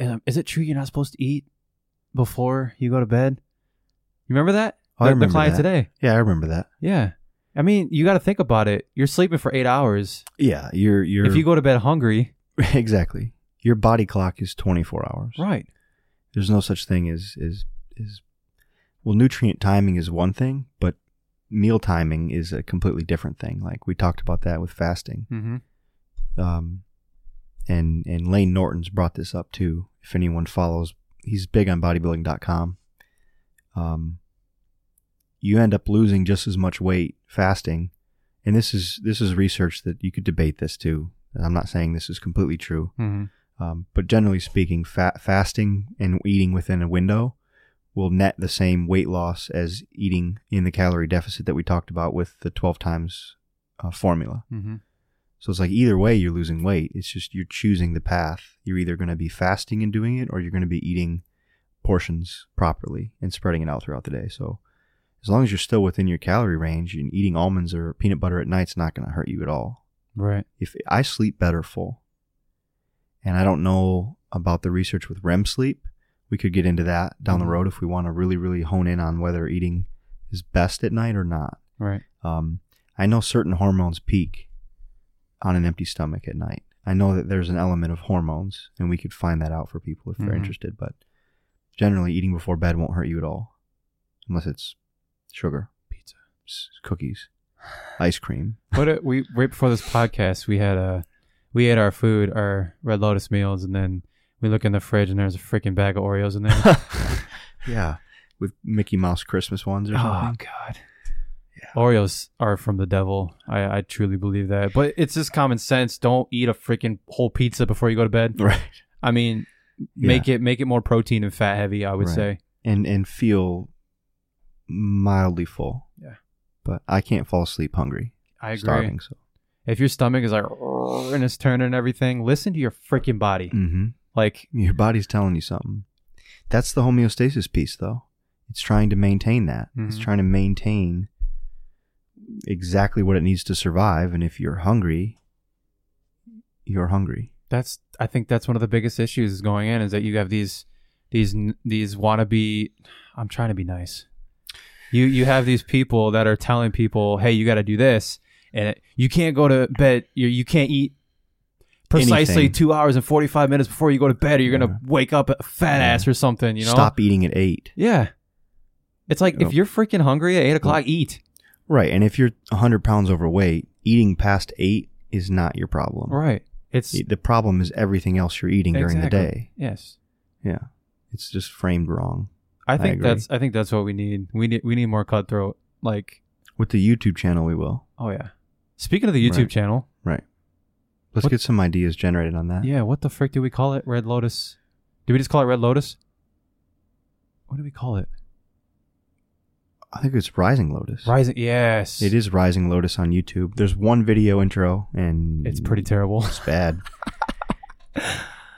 A: um, "Is it true you're not supposed to eat before you go to bed?" You remember that?
B: Oh, I
A: the,
B: remember
A: the client
B: that.
A: today.
B: Yeah, I remember that.
A: Yeah. I mean, you got to think about it. You're sleeping for eight hours.
B: Yeah, your your
A: If you go to bed hungry,
B: <laughs> exactly, your body clock is twenty four hours.
A: right?
B: There's no such thing as is is well, nutrient timing is one thing, but meal timing is a completely different thing. Like we talked about that with fasting.
A: Mm-hmm.
B: um, and and Lane Norton's brought this up too. If anyone follows, he's big on bodybuilding.com. Um, you end up losing just as much weight fasting, and this is this is research that you could debate this too. And I'm not saying this is completely true,
A: Mm-hmm.
B: um, but generally speaking, fa- fasting and eating within a window will net the same weight loss as eating in the calorie deficit that we talked about with the 12 times uh, formula.
A: Mm-hmm.
B: So it's like either way, you're losing weight. It's just you're choosing the path. You're either going to be fasting and doing it, or you're going to be eating portions properly and spreading it out throughout the day. So as long as you're still within your calorie range and eating almonds or peanut butter at night's not going to hurt you at all.
A: Right.
B: If I sleep better full, and I don't know about the research with REM sleep, we could get into that down the
A: Mhm.
B: road if we want to really, really hone in on whether eating is best at night or not.
A: Right.
B: Um, I know certain hormones peak on an empty stomach at night. I know that there's an element of hormones, and we could find that out for people if they're
A: Mhm.
B: interested. But generally, eating before bed won't hurt you at all, unless it's sugar,
A: Pizza.
B: s- cookies, ice cream.
A: What a, uh, we right before this podcast, we had a we ate our food, our Red Lotus meals, and then we look in the fridge and there's a freaking bag of Oreos <laughs> in there. Ah,
B: yeah, with Mickey Mouse Christmas ones or something.
A: God. Oreos are from the devil. I, I truly believe that. But it's just common sense. Don't eat a freaking whole pizza before you go to bed.
B: Right.
A: I mean, <laughs> make it make it more protein and fat heavy. I would
B: Right.
A: say.
B: and and feel mildly full.
A: Yeah.
B: But I can't fall asleep hungry.
A: I agree.
B: Starving. So.
A: If your stomach is like "Rrrr," and it's turning and everything, listen to your freaking body.
B: Mm-hmm.
A: Like
B: Your body's telling you something. That's the homeostasis piece, though. It's trying to maintain that. It's
A: Mhm.
B: trying to maintain exactly what it needs to survive. And if you're hungry, you're hungry.
A: that's I think that's one of the biggest issues is going in is that you have these these n- these wannabe. I'm trying to be nice. You you have these people that are telling people, hey, you got to do this, and it, you can't go to bed. You you can't eat precisely
B: Anything.
A: two hours and 45 minutes before you go to bed, or you're
B: Yeah.
A: gonna wake up a fat
B: Yeah.
A: ass or something. You know,
B: Stop eating at eight.
A: Yeah, it's like
B: Yep.
A: if you're freaking hungry at eight o'clock, eat.
B: Right. And if you're 100 pounds overweight, eating past eight is not your problem.
A: Right. It's
B: The problem is everything else you're eating during the
A: Exactly.
B: day.
A: yes.
B: Yeah. It's just framed wrong.
A: I think
B: agree.
A: that's I think that's what we need. We need we need more cutthroat. Like
B: With the YouTube channel, we will.
A: oh yeah. Speaking of the YouTube
B: Right.
A: channel,
B: Let's
A: What-
B: get some ideas generated on that.
A: yeah, what the frick do we call it? Red Lotus? Do we just call it Red Lotus? What do we call it?
B: I think it's Rising Lotus.
A: Rising. Yes,
B: It is Rising Lotus on YouTube. There's one video intro, and
A: It's pretty terrible. <laughs>
B: It's bad.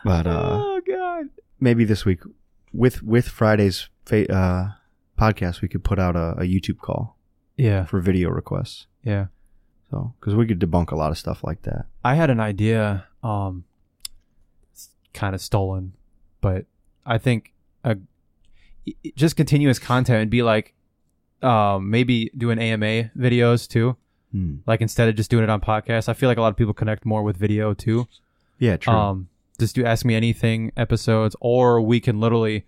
B: but uh,
A: oh god.
B: maybe this week, with with Friday's fa- uh, podcast, we could put out a, a YouTube call
A: Yeah,
B: for video requests.
A: yeah.
B: So, because we could debunk a lot of stuff like that.
A: I had an idea. Um, kind of stolen, but I think a i- i- just continuous content and be like, um, maybe doing AMA videos too.
B: Hmm.
A: like instead of just doing it on podcast i feel like a lot of people connect more with video too
B: Yeah, true.
A: um just do ask me anything episodes or we can literally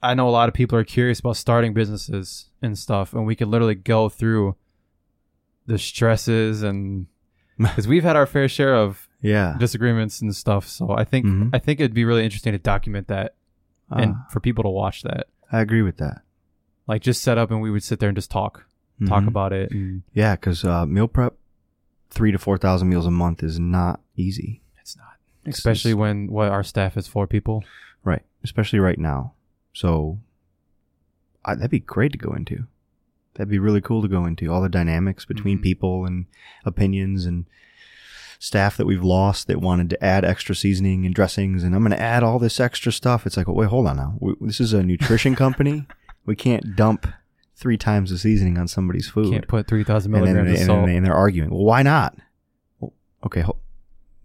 A: i know a lot of people are curious about starting businesses and stuff and we can literally go through the stresses and because we've had our fair share of
B: yeah,
A: disagreements and stuff so i think
B: Mhm.
A: i think it'd be really interesting to document that
B: Uh,
A: and for people to watch that
B: I agree with that.
A: like just set up and we would sit there and just talk talk
B: Mhm.
A: about it and
B: yeah, because uh, meal prep, three to four thousand meals a month is not easy.
A: it's not especially when what our staff is four people
B: Right. Especially right now. So I, that'd be great to go into. That'd be really cool to go into. All the dynamics between
A: Mhm.
B: people and opinions and staff that we've lost that wanted to add extra seasoning and dressings. And I'm going to add all this extra stuff. It's like, wait, hold on now. We, this is a nutrition company. We can't dump three times the seasoning on somebody's food.
A: Can't put 3,000
B: and, then,
A: milligrams
B: and,
A: of
B: then-
A: salt.
B: and they're arguing. Well, why not? Well, okay, ho-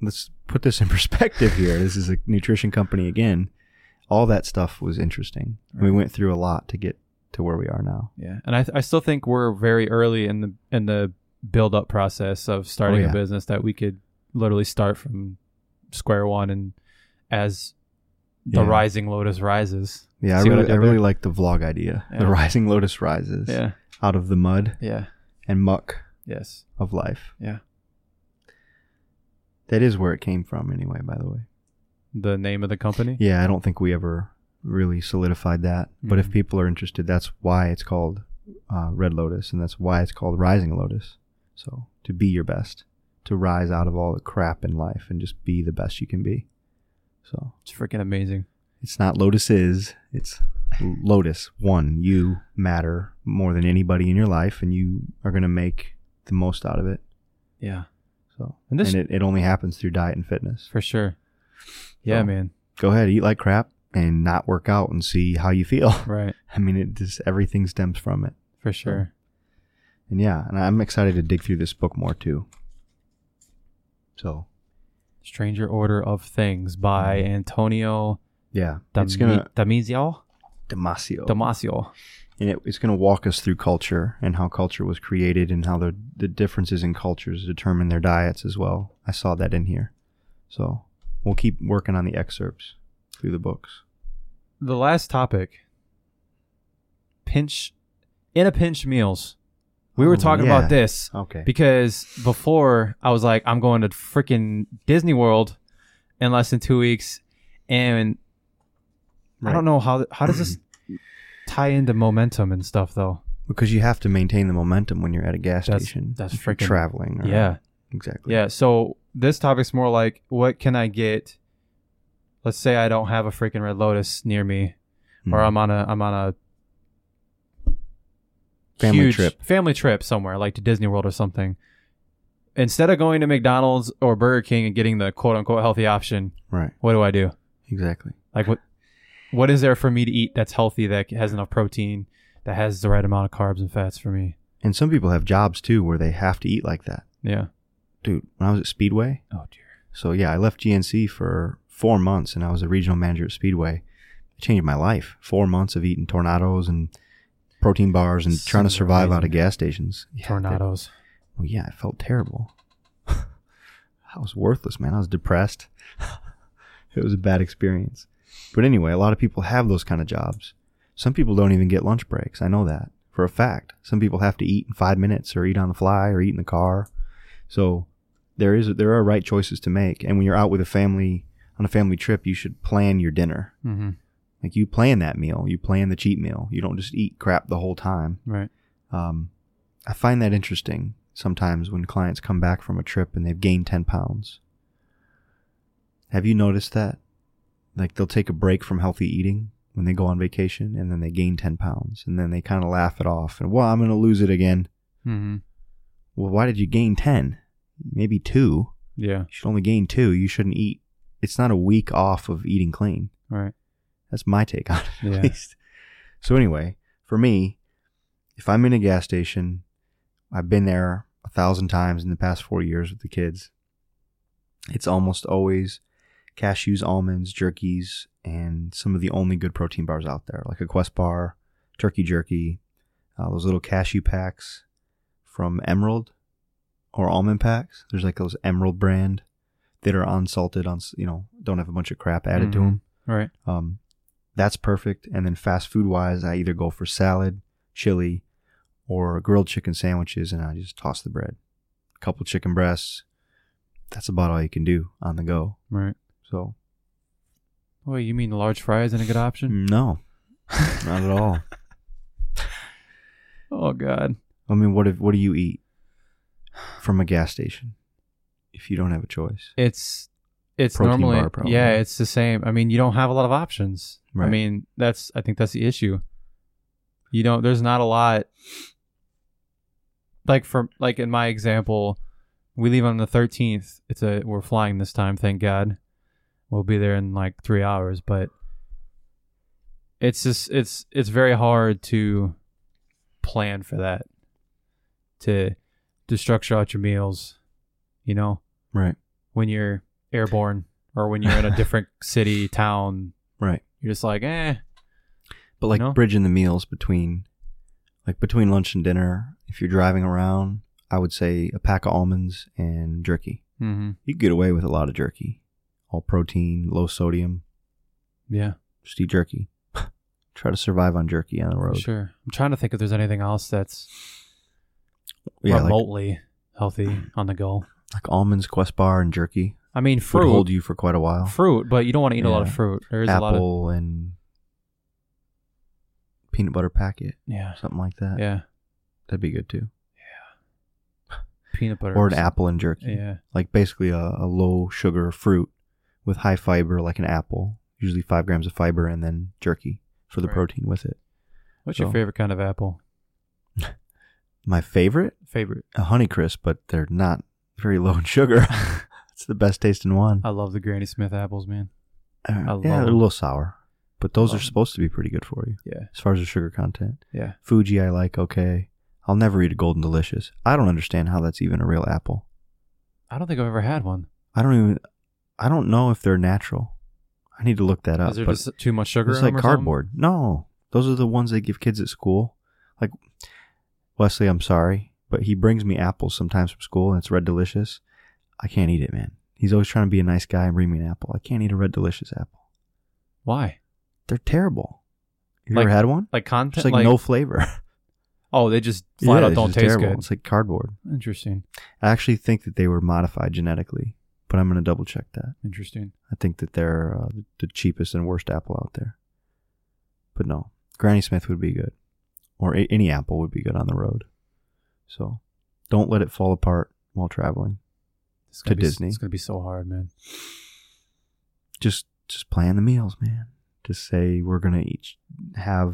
B: let's put this in <laughs> perspective here. this is a nutrition company again. All that stuff was interesting. We went through a lot to get to where we are now.
A: yeah. And I, I still think we're very early in the in the build up process of starting
B: Oh, yeah.
A: a business that we could literally start from square one and as the
B: Yeah.
A: rising lotus rises.
B: Yeah, I
A: See what I
B: really, I
A: did
B: really
A: there?
B: like the vlog idea. The
A: Yeah.
B: rising lotus rises
A: Yeah.
B: out of the mud
A: Yeah.
B: and muck
A: Yes.
B: of life.
A: Yeah.
B: That is where it came from, anyway. By the way.
A: The name of the company.
B: Yeah, I don't think we ever really solidified that. But if
A: Mhm.
B: people are interested, that's why it's called uh, Red Lotus, and that's why it's called Rising Lotus. So to be your best, to rise out of all the crap in life, and just be the best you can be. So
A: It's freaking amazing.
B: it's not Lotus is, it's Lotus one. You matter more than anybody in your life, and you are going to make the most out of it.
A: Yeah.
B: So
A: And this-
B: and it, it only happens through diet and fitness.
A: For sure. Yeah,
B: So-
A: man.
B: Go ahead, eat like crap, and not work out, and see how you feel.
A: Right.
B: I mean, it just everything stems from it.
A: For sure.
B: And yeah, and I'm excited to dig through this book more too. So
A: Stranger Order of Things by Antonio
B: yeah, Mm-hmm. it's
A: Dami-
B: gonna Oh.
A: Damasio.
B: Damasio,
A: Damasio.
B: and it, it's gonna walk us through culture and how culture was created and how the the differences in cultures determine their diets as well. I saw that in here, so we'll keep working on the excerpts through the books.
A: the last topic pinch in a pinch meals we were
B: Oh,
A: talking
B: yeah.
A: about this
B: Okay.
A: because before i was like i'm going to freaking disney world in less than two weeks and
B: <clears throat>
A: i don't know how how does this tie into momentum and stuff though
B: because you have to maintain the momentum when you're at a gas
A: That's-
B: station.
A: that's
B: if you're
A: freaking-
B: traveling. or-
A: Yeah.
B: exactly.
A: Yeah. So this topic's more like what can I get? Let's say I don't have a freaking red lotus near me, or
B: Hmm. Mm,
A: um, I'm on a I'm on a
B: Family trip.
A: family trip somewhere like to Disney World or something. Instead of going to McDonald's or Burger King and getting the quote unquote healthy option,
B: right.
A: what do I do?
B: Exactly.
A: Like what what is there for me to eat that's healthy that has enough protein that has the right amount of carbs and fats for me?
B: And some people have jobs too where they have to eat like that.
A: Yeah.
B: Dude, when I was at Speedway,
A: Oh dear.
B: so yeah, I left GNC for four months and I was a regional manager at Speedway. It changed my life. Four months of eating tornadoes and protein bars and trying to
A: Sounds
B: survive out
A: amazing.
B: of gas stations. Yeah, that-
A: Tornadoes.
B: Well, yeah, it felt terrible. <laughs> I was worthless, man. I was depressed. <laughs> it was a bad experience. But anyway, a lot of people have those kind of jobs. Some people don't even get lunch breaks. I know that for a fact. Some people have to eat in five minutes or eat on the fly or eat in the car. So there is there are right choices to make. And when you're out with a family on a family trip, you should plan your dinner.
A: hmm
B: Like you plan that meal, you plan the cheat meal. You don't just eat crap the whole time.
A: Right.
B: Um, I find that interesting sometimes when clients come back from a trip and they've gained 10 pounds. Have you noticed that? Like they'll take a break from healthy eating when they go on vacation and then they gain 10 pounds and then they kind of laugh it off and, well, I'm going to lose it again.
A: hmm
B: Well, why did you gain 10? Maybe two.
A: Yeah.
B: You should only gain two. You shouldn't eat. It's not a week off of eating clean.
A: Right.
B: That's my take on it, at <laughs>
A: Yeah.
B: least. So anyway, for me, if I'm in a gas station, I've been there a thousand times in the past four years with the kids. It's almost always cashews, almonds, jerkies, and some of the only good protein bars out there, like a Quest bar, turkey jerky, uh, those little cashew packs from Emerald or almond packs. There's like those Emerald brand that are unsalted, on you know, don't have a bunch of crap added to
A: Mhm.
B: them.
A: Right.
B: Um, that's perfect. And then fast food wise, I either go for salad, chili, or grilled chicken sandwiches, and I just toss the bread. A couple chicken breasts. That's about all you can do on the go.
A: Right.
B: So
A: Well, you mean large fry isn't a good option?
B: no, not at all.
A: Oh God.
B: <laughs> I mean, what if, what do you eat from a gas station if you don't have a choice?
A: It's it's
B: Protein
A: normally
B: bar, probably.
A: yeah, it's the same. I mean, you don't have a lot of options. I
B: Right.
A: mean, that's I think that's the issue. You don't. There's not a lot. Like for like in my example, we leave on the 13th. It's a we're flying this time. Thank God. We'll be there in like three hours, but it's just it's it's very hard to plan for that to to structure out your meals. You know,
B: Right.
A: when you're airborne or when you're in a <laughs> different city, town,
B: Right.
A: you're just like, eh,
B: But like
A: No.
B: bridging the meals between, like between lunch and dinner, if you're driving around, I would say a pack of almonds and jerky.
A: mm-hmm.
B: You can get away with a lot of jerky. All protein, low sodium,
A: yeah,
B: just eat jerky. <sighs> Try to survive on jerky on the
A: for
B: road.
A: sure. I'm trying to think if there's anything else that's
B: Yeah, like,
A: remotely
B: <clears throat>
A: healthy on the go.
B: like almonds, Quest bar, and jerky
A: I mean,
B: would hold
A: fruit,
B: you for quite a while.
A: fruit, but you don't want to eat a lot of
B: Yeah.
A: fruit. There's a lot of
B: Apple and peanut butter packet,
A: yeah,
B: something like that.
A: yeah,
B: That'd be good too.
A: peanut butter
B: Or an apple and jerky.
A: Yeah,
B: Like basically a, a low sugar fruit with high fiber, like an apple, usually five grams of fiber, and then jerky for the
A: Right.
B: protein with it.
A: what's
B: So-
A: your favorite kind of apple?
B: My favorite
A: Favorite?
B: a Honeycrisp, but they're not very low in sugar.
A: <laughs>
B: it's the best tasting one.
A: I love the Granny Smith apples, man.
B: Uh, yeah,
A: love
B: they're a
A: them.
B: little sour, but those are
A: Love them.
B: supposed to be pretty good for you
A: Yeah,
B: as far as the sugar content.
A: yeah.
B: Fuji, I like okay. I'll never eat a Golden Delicious. I don't understand how that's even a real apple.
A: I don't think I've ever had one.
B: I don't even. I don't know if they're natural. I need to look that up.
A: Is there
B: but
A: just too much sugar?
B: it's
A: in
B: like
A: them or something?
B: cardboard. No, those are the ones they give kids at school. Like Wesley, I'm sorry, but he brings me apples sometimes from school, and it's red delicious. I can't eat it, man. He's always trying to be a nice guy and bring me an apple. I can't eat a red delicious apple.
A: Why?
B: They're terrible. You
A: Like-
B: ever had one?
A: Like
B: It's
A: content?
B: like,
A: Like, <laughs>
B: no flavor.
A: Oh, they just flat out
B: it's
A: don't
B: just
A: taste
B: terrible.
A: good.
B: It's like cardboard.
A: Interesting.
B: I actually think that they were modified genetically, but I'm gonna double check that.
A: Interesting.
B: I think that they're uh, the cheapest and worst apple out there. But no, Granny Smith would be good. or a- any apple would be good on the road. So don't let it fall apart while traveling.
A: It's gonna
B: To
A: be s-
B: Disney.
A: It's gonna be so hard, man.
B: Just just plan the meals, man. Just say we're gonna each have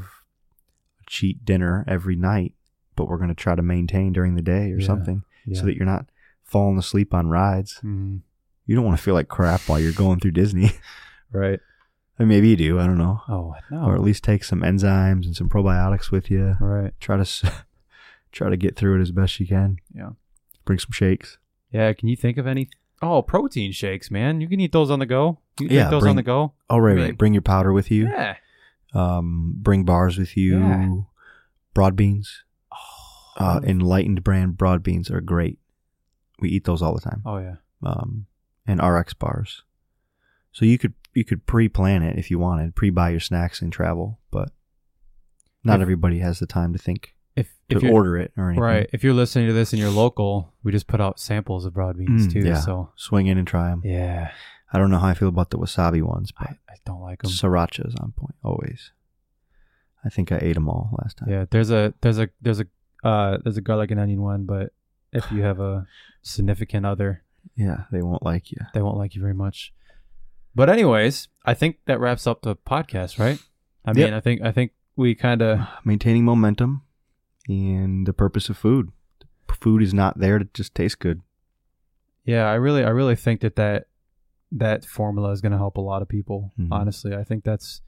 B: a cheat dinner every night, but we're gonna try to maintain during the day or
A: Yeah.
B: something,
A: Yeah.
B: so that you're not falling asleep on rides.
A: Mhm.
B: You don't want to feel like crap while you're going through Disney. <laughs>
A: Right.
B: or maybe you do. I don't know.
A: Oh no.
B: Or at least take some enzymes and some probiotics with you.
A: Right.
B: Try to s- <laughs> try to get through it as best you can.
A: Yeah.
B: Bring some shakes.
A: Yeah. Can you think of any? Oh, protein shakes, man. You can eat those on the go. You can
B: Yeah,
A: eat those
B: bring-
A: on the go.
B: Oh right,
A: Bring-
B: right. Bring your powder with you.
A: Yeah.
B: Um, bring bars with you.
A: Yeah.
B: Broad beans.
A: Oh.
B: Uh, Enlightened brand broad beans are great. We eat those all the time.
A: oh yeah.
B: Um, and RX bars. So you could you could pre-plan it if you wanted, pre-buy your snacks and travel, but not
A: If-
B: everybody has the time to think
A: If
B: to
A: if you're
B: order it or anything.
A: right, if you're listening to this and you're local, we just put out samples of broad beans
B: Mm,
A: too.
B: yeah.
A: So
B: Swing in and try them.
A: yeah,
B: I don't know how I feel about the wasabi ones,
A: I,
B: but
A: I don't like them.
B: sriracha's on point always. I think I ate them all last time.
A: Yeah, there's a there's a there's a uh there's a garlic and onion one, but if you have a significant other,
B: Yeah, they won't like you. <sighs>
A: they won't like you very much. But anyways, I think that wraps up the podcast, right? I mean,
B: Yep.
A: I think I think we kind of
B: Maintaining momentum and the purpose of food. Food is not there to just taste good.
A: yeah, I really I really think that that that formula is going to help a lot of people.
B: Mhm.
A: Honestly, I think that's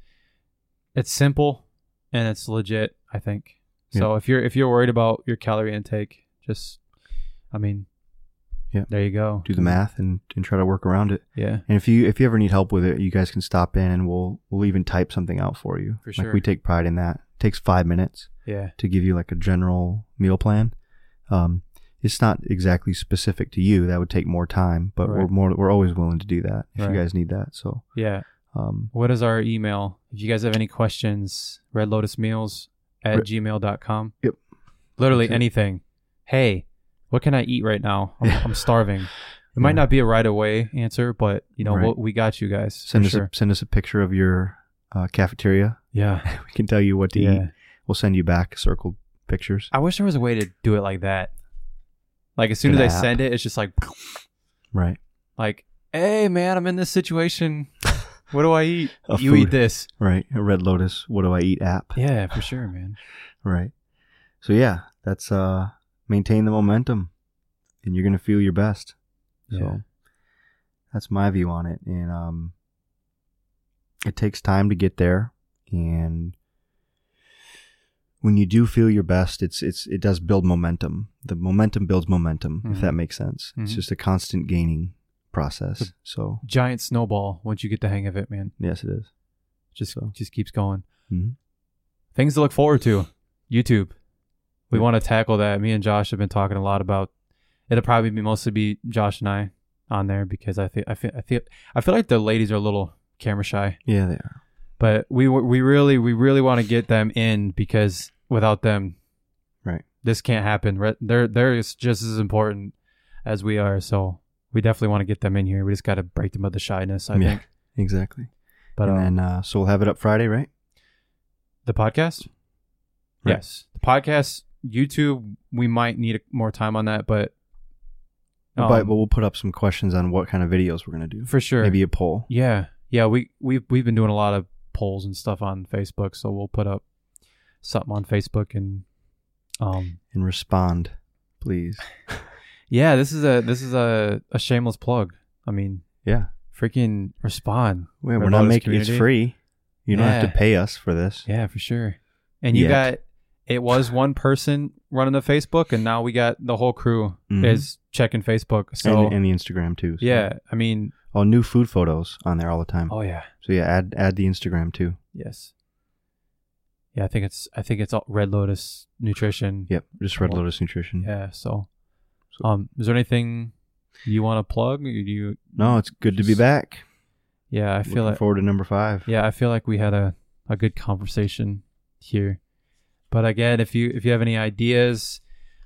A: it's simple and it's legit, I think. So if you're if you're worried about your calorie intake, just I mean,
B: Yeah.
A: There you go.
B: Do the math and, and try to work around it.
A: Yeah.
B: And if you if you ever need help with it, you guys can stop in and we'll we'll even type something out for you.
A: For
B: Like
A: sure.
B: we take pride in that. It takes five minutes
A: Yeah.
B: to give you like a general meal plan. Um, it's not exactly specific to you. That would take more time, but we're
A: Right.
B: more we're always willing to do that if
A: Right.
B: you guys need that. So
A: Yeah.
B: um,
A: What is our email? If you guys have any questions, Red Lotus Meals at
B: Re-
A: gmail.com.
B: Yep.
A: Literally
B: That's it.
A: anything. Hey, what can I eat right now?
B: <laughs>
A: I'm,
B: Yeah.
A: I'm starving. It might
B: Yeah.
A: not be a right away answer, but you know
B: Right.
A: what? We got you guys. for
B: send us <laughs>
A: sure.
B: a, send us a picture of your uh, cafeteria. <laughs>
A: yeah.
B: We can tell you what to
A: Yeah.
B: eat. We'll send you back circled pictures.
A: I wish there was a way to do it like that. Like as soon
B: An
A: as I
B: app.
A: send it, it's just like,
B: Right.
A: like, hey man, I'm in this situation. What do I eat?
B: <laughs> A
A: you eat
B: food.
A: this.
B: Right. A Red Lotus. What do I eat app?
A: Yeah, for sure, man.
B: Right. So yeah, that's uh maintain the momentum and you're gonna feel your best.
A: Yeah.
B: So that's my view on it. And um it takes time to get there and when you do feel your best, it's it's it does build momentum. The momentum builds momentum, if
A: Mhm.
B: that makes sense. It's
A: Mhm.
B: just a constant gaining process. So
A: Giant snowball once you get the hang of it, man.
B: yes it is.
A: Just
B: So.
A: just keeps going.
B: Mhm.
A: things to look forward to. YouTube. We
B: Yeah.
A: want to tackle that. Me and Josh have been talking a lot about. It'll probably be mostly be Josh and I on there because I think I feel I feel I feel like the ladies are a little camera shy,
B: Yeah, they are.
A: but we w- we really we really want to get them in because without them,
B: Right.
A: this can't happen. Re- They're they're just as important as we are, so we definitely want to get them in here. We just got to break them of the shyness, I
B: Yeah.
A: think.
B: Exactly.
A: But
B: and
A: um,
B: then uh so we'll have it up Friday, right?
A: The podcast?
B: Right.
A: Yes. The podcast, YouTube, we might need more time on that, but, um,
B: but, but we'll put up some questions on what kind of videos we're gonna do.
A: for sure.
B: Maybe a poll.
A: Yeah. Yeah, we we've we've been doing a lot of polls and stuff on Facebook, so we'll put up something on Facebook and um
B: and respond, please.
A: yeah, this is a this is a, a shameless plug. I mean,
B: Yeah.
A: freaking respond.
B: We're,
A: Red
B: not
A: Lotus
B: making it's
A: community.
B: free. You don't have
A: Yeah.
B: to pay us for this.
A: Yeah, for sure. And you
B: Yet.
A: got it was one person running the Facebook and now we got the whole crew
B: Mhm.
A: is checking Facebook. So
B: and, and the Instagram too. so-
A: Yeah, I mean,
B: Oh, new food photos on there all the time.
A: oh yeah,
B: So yeah, add add the Instagram too.
A: yes, yeah. I think it's I think it's all Red Lotus Nutrition.
B: Yep. Just Red
A: Cool.
B: Lotus Nutrition.
A: Yeah. So,
B: Mm-hmm. So-
A: um, is there anything you want to plug? Or do you?
B: No, it's good to be back.
A: Yeah, I feel
B: Looking
A: like
B: forward to number five.
A: yeah, I feel like we had a a good conversation here. But again, if you if you have any ideas,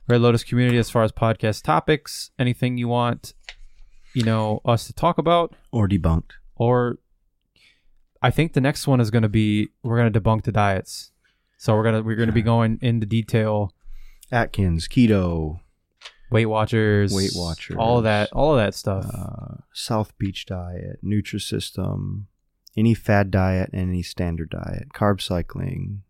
A: Red Lotus community as far as podcast topics, anything you want, you know, us to talk about,
B: Or debunked.
A: or I think the next one is going to be we're going to debunk the diets. So we're gonna we're gonna be going into detail.
B: Atkins, keto,
A: Weight Watchers,
B: Weight Watchers.
A: all of that, all of that stuff.
B: uh, South Beach diet, Nutrisystem, any fad diet and any standard diet, carb cycling,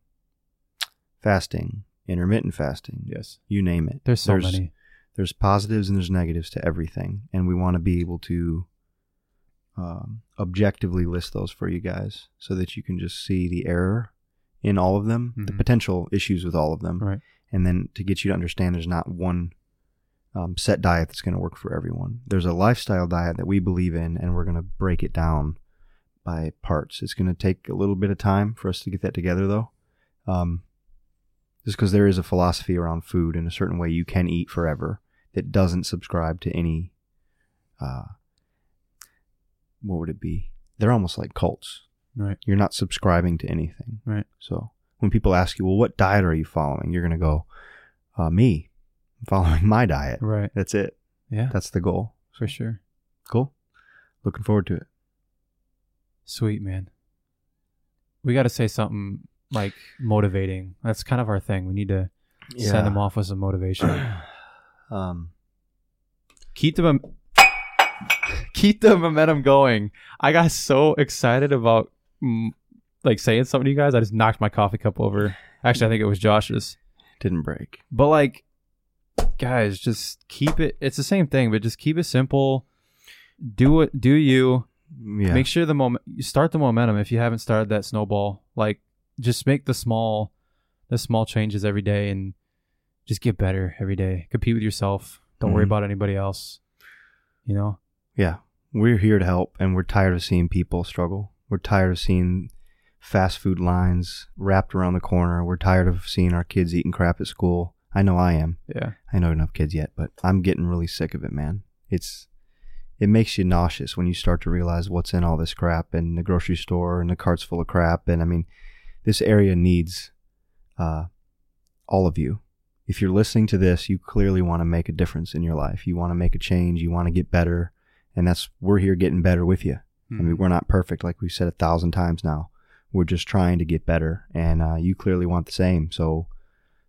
B: fasting, intermittent fasting,
A: yes,
B: you name it.
A: there's so many.
B: There's positives and there's negatives to everything, and we want to be able to um, objectively list those for you guys so that you can just see the error in all of them, the
A: Mhm.
B: potential issues with all of them,
A: Right.
B: and then to get you to understand there's not one um, set diet that's going to work for everyone. There's a lifestyle diet that we believe in, and we're going to break it down by parts. It's going to take a little bit of time for us to get that together, though, um, just because there is a philosophy around food in a certain way you can eat forever that doesn't subscribe to any. Uh, what would it be? They're almost like cults.
A: Right.
B: You're not subscribing to anything.
A: Right.
B: So when people ask you, well, what diet are you following? You're going to go, uh, me. I'm following my diet.
A: Right.
B: That's it.
A: Yeah.
B: That's the goal.
A: for sure.
B: Cool. Looking forward to it.
A: Sweet man. We got to say something like motivating. That's kind of our thing. We need to send them off with some motivation.
B: <clears throat> um,
A: keep the mom- keep the momentum going. I got so excited about mm, like saying something to you guys. I just knocked my coffee cup over. Actually, I think it was Josh's.
B: didn't break.
A: But like, guys, just keep it. It's the same thing, but just keep it simple. Do what do you
B: Yeah.
A: make sure the moment you start the momentum if you haven't started that snowball like just make the small the small changes every day and just get better every day compete with yourself don't worry
B: Mhm.
A: about anybody else you know
B: yeah. We're here to help, and we're tired of seeing people struggle. We're tired of seeing fast food lines wrapped around the corner. We're tired of seeing our kids eating crap at school. I know I am.
A: yeah
B: I know enough kids yet, but I'm getting really sick of it, man. It's it makes you nauseous when you start to realize what's in all this crap and the grocery store and the carts full of crap. And I mean, this area needs uh, all of you. If you're listening to this, you clearly want to make a difference in your life. You want to make a change. You want to get better, and that's we're here getting better with you.
A: Hmm.
B: I mean, we're not perfect, like we've said a thousand times now. We're just trying to get better, and uh, you clearly want the same. So,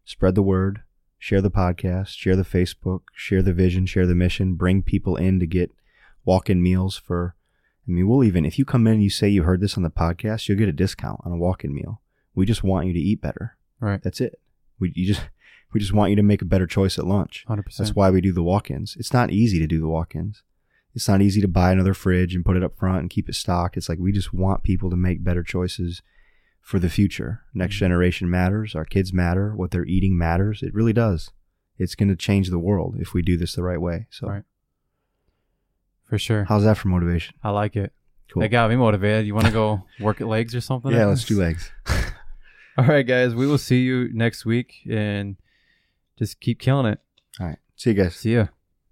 B: spread the word, share the podcast, share the Facebook, share the vision, share the mission. Bring people in to get walk-in meals for. I mean, we'll even if you come in and you say you heard this on the podcast, you'll get a discount on a walk-in meal. We just want you to eat better.
A: right
B: That's it. We you just we just want you to make a better choice at lunch.
A: 100%
B: That's why we do the walk-ins. It's not easy to do the walk-ins. It's not easy to buy another fridge and put it up front and keep it stocked. It's like we just want people to make better choices for the future. Next
A: Mhm.
B: generation matters. Our kids matter. What they're eating matters. It really does. It's going to change the world if we do this the right way. So,
A: Right. for sure
B: how's that for motivation?
A: i like it
B: Cool.
A: that got me motivated you want to go <laughs> work at legs or something
B: yeah, let's do legs.
A: all right guys we will see you next week and just keep killing it
B: All right. See you guys.
A: see ya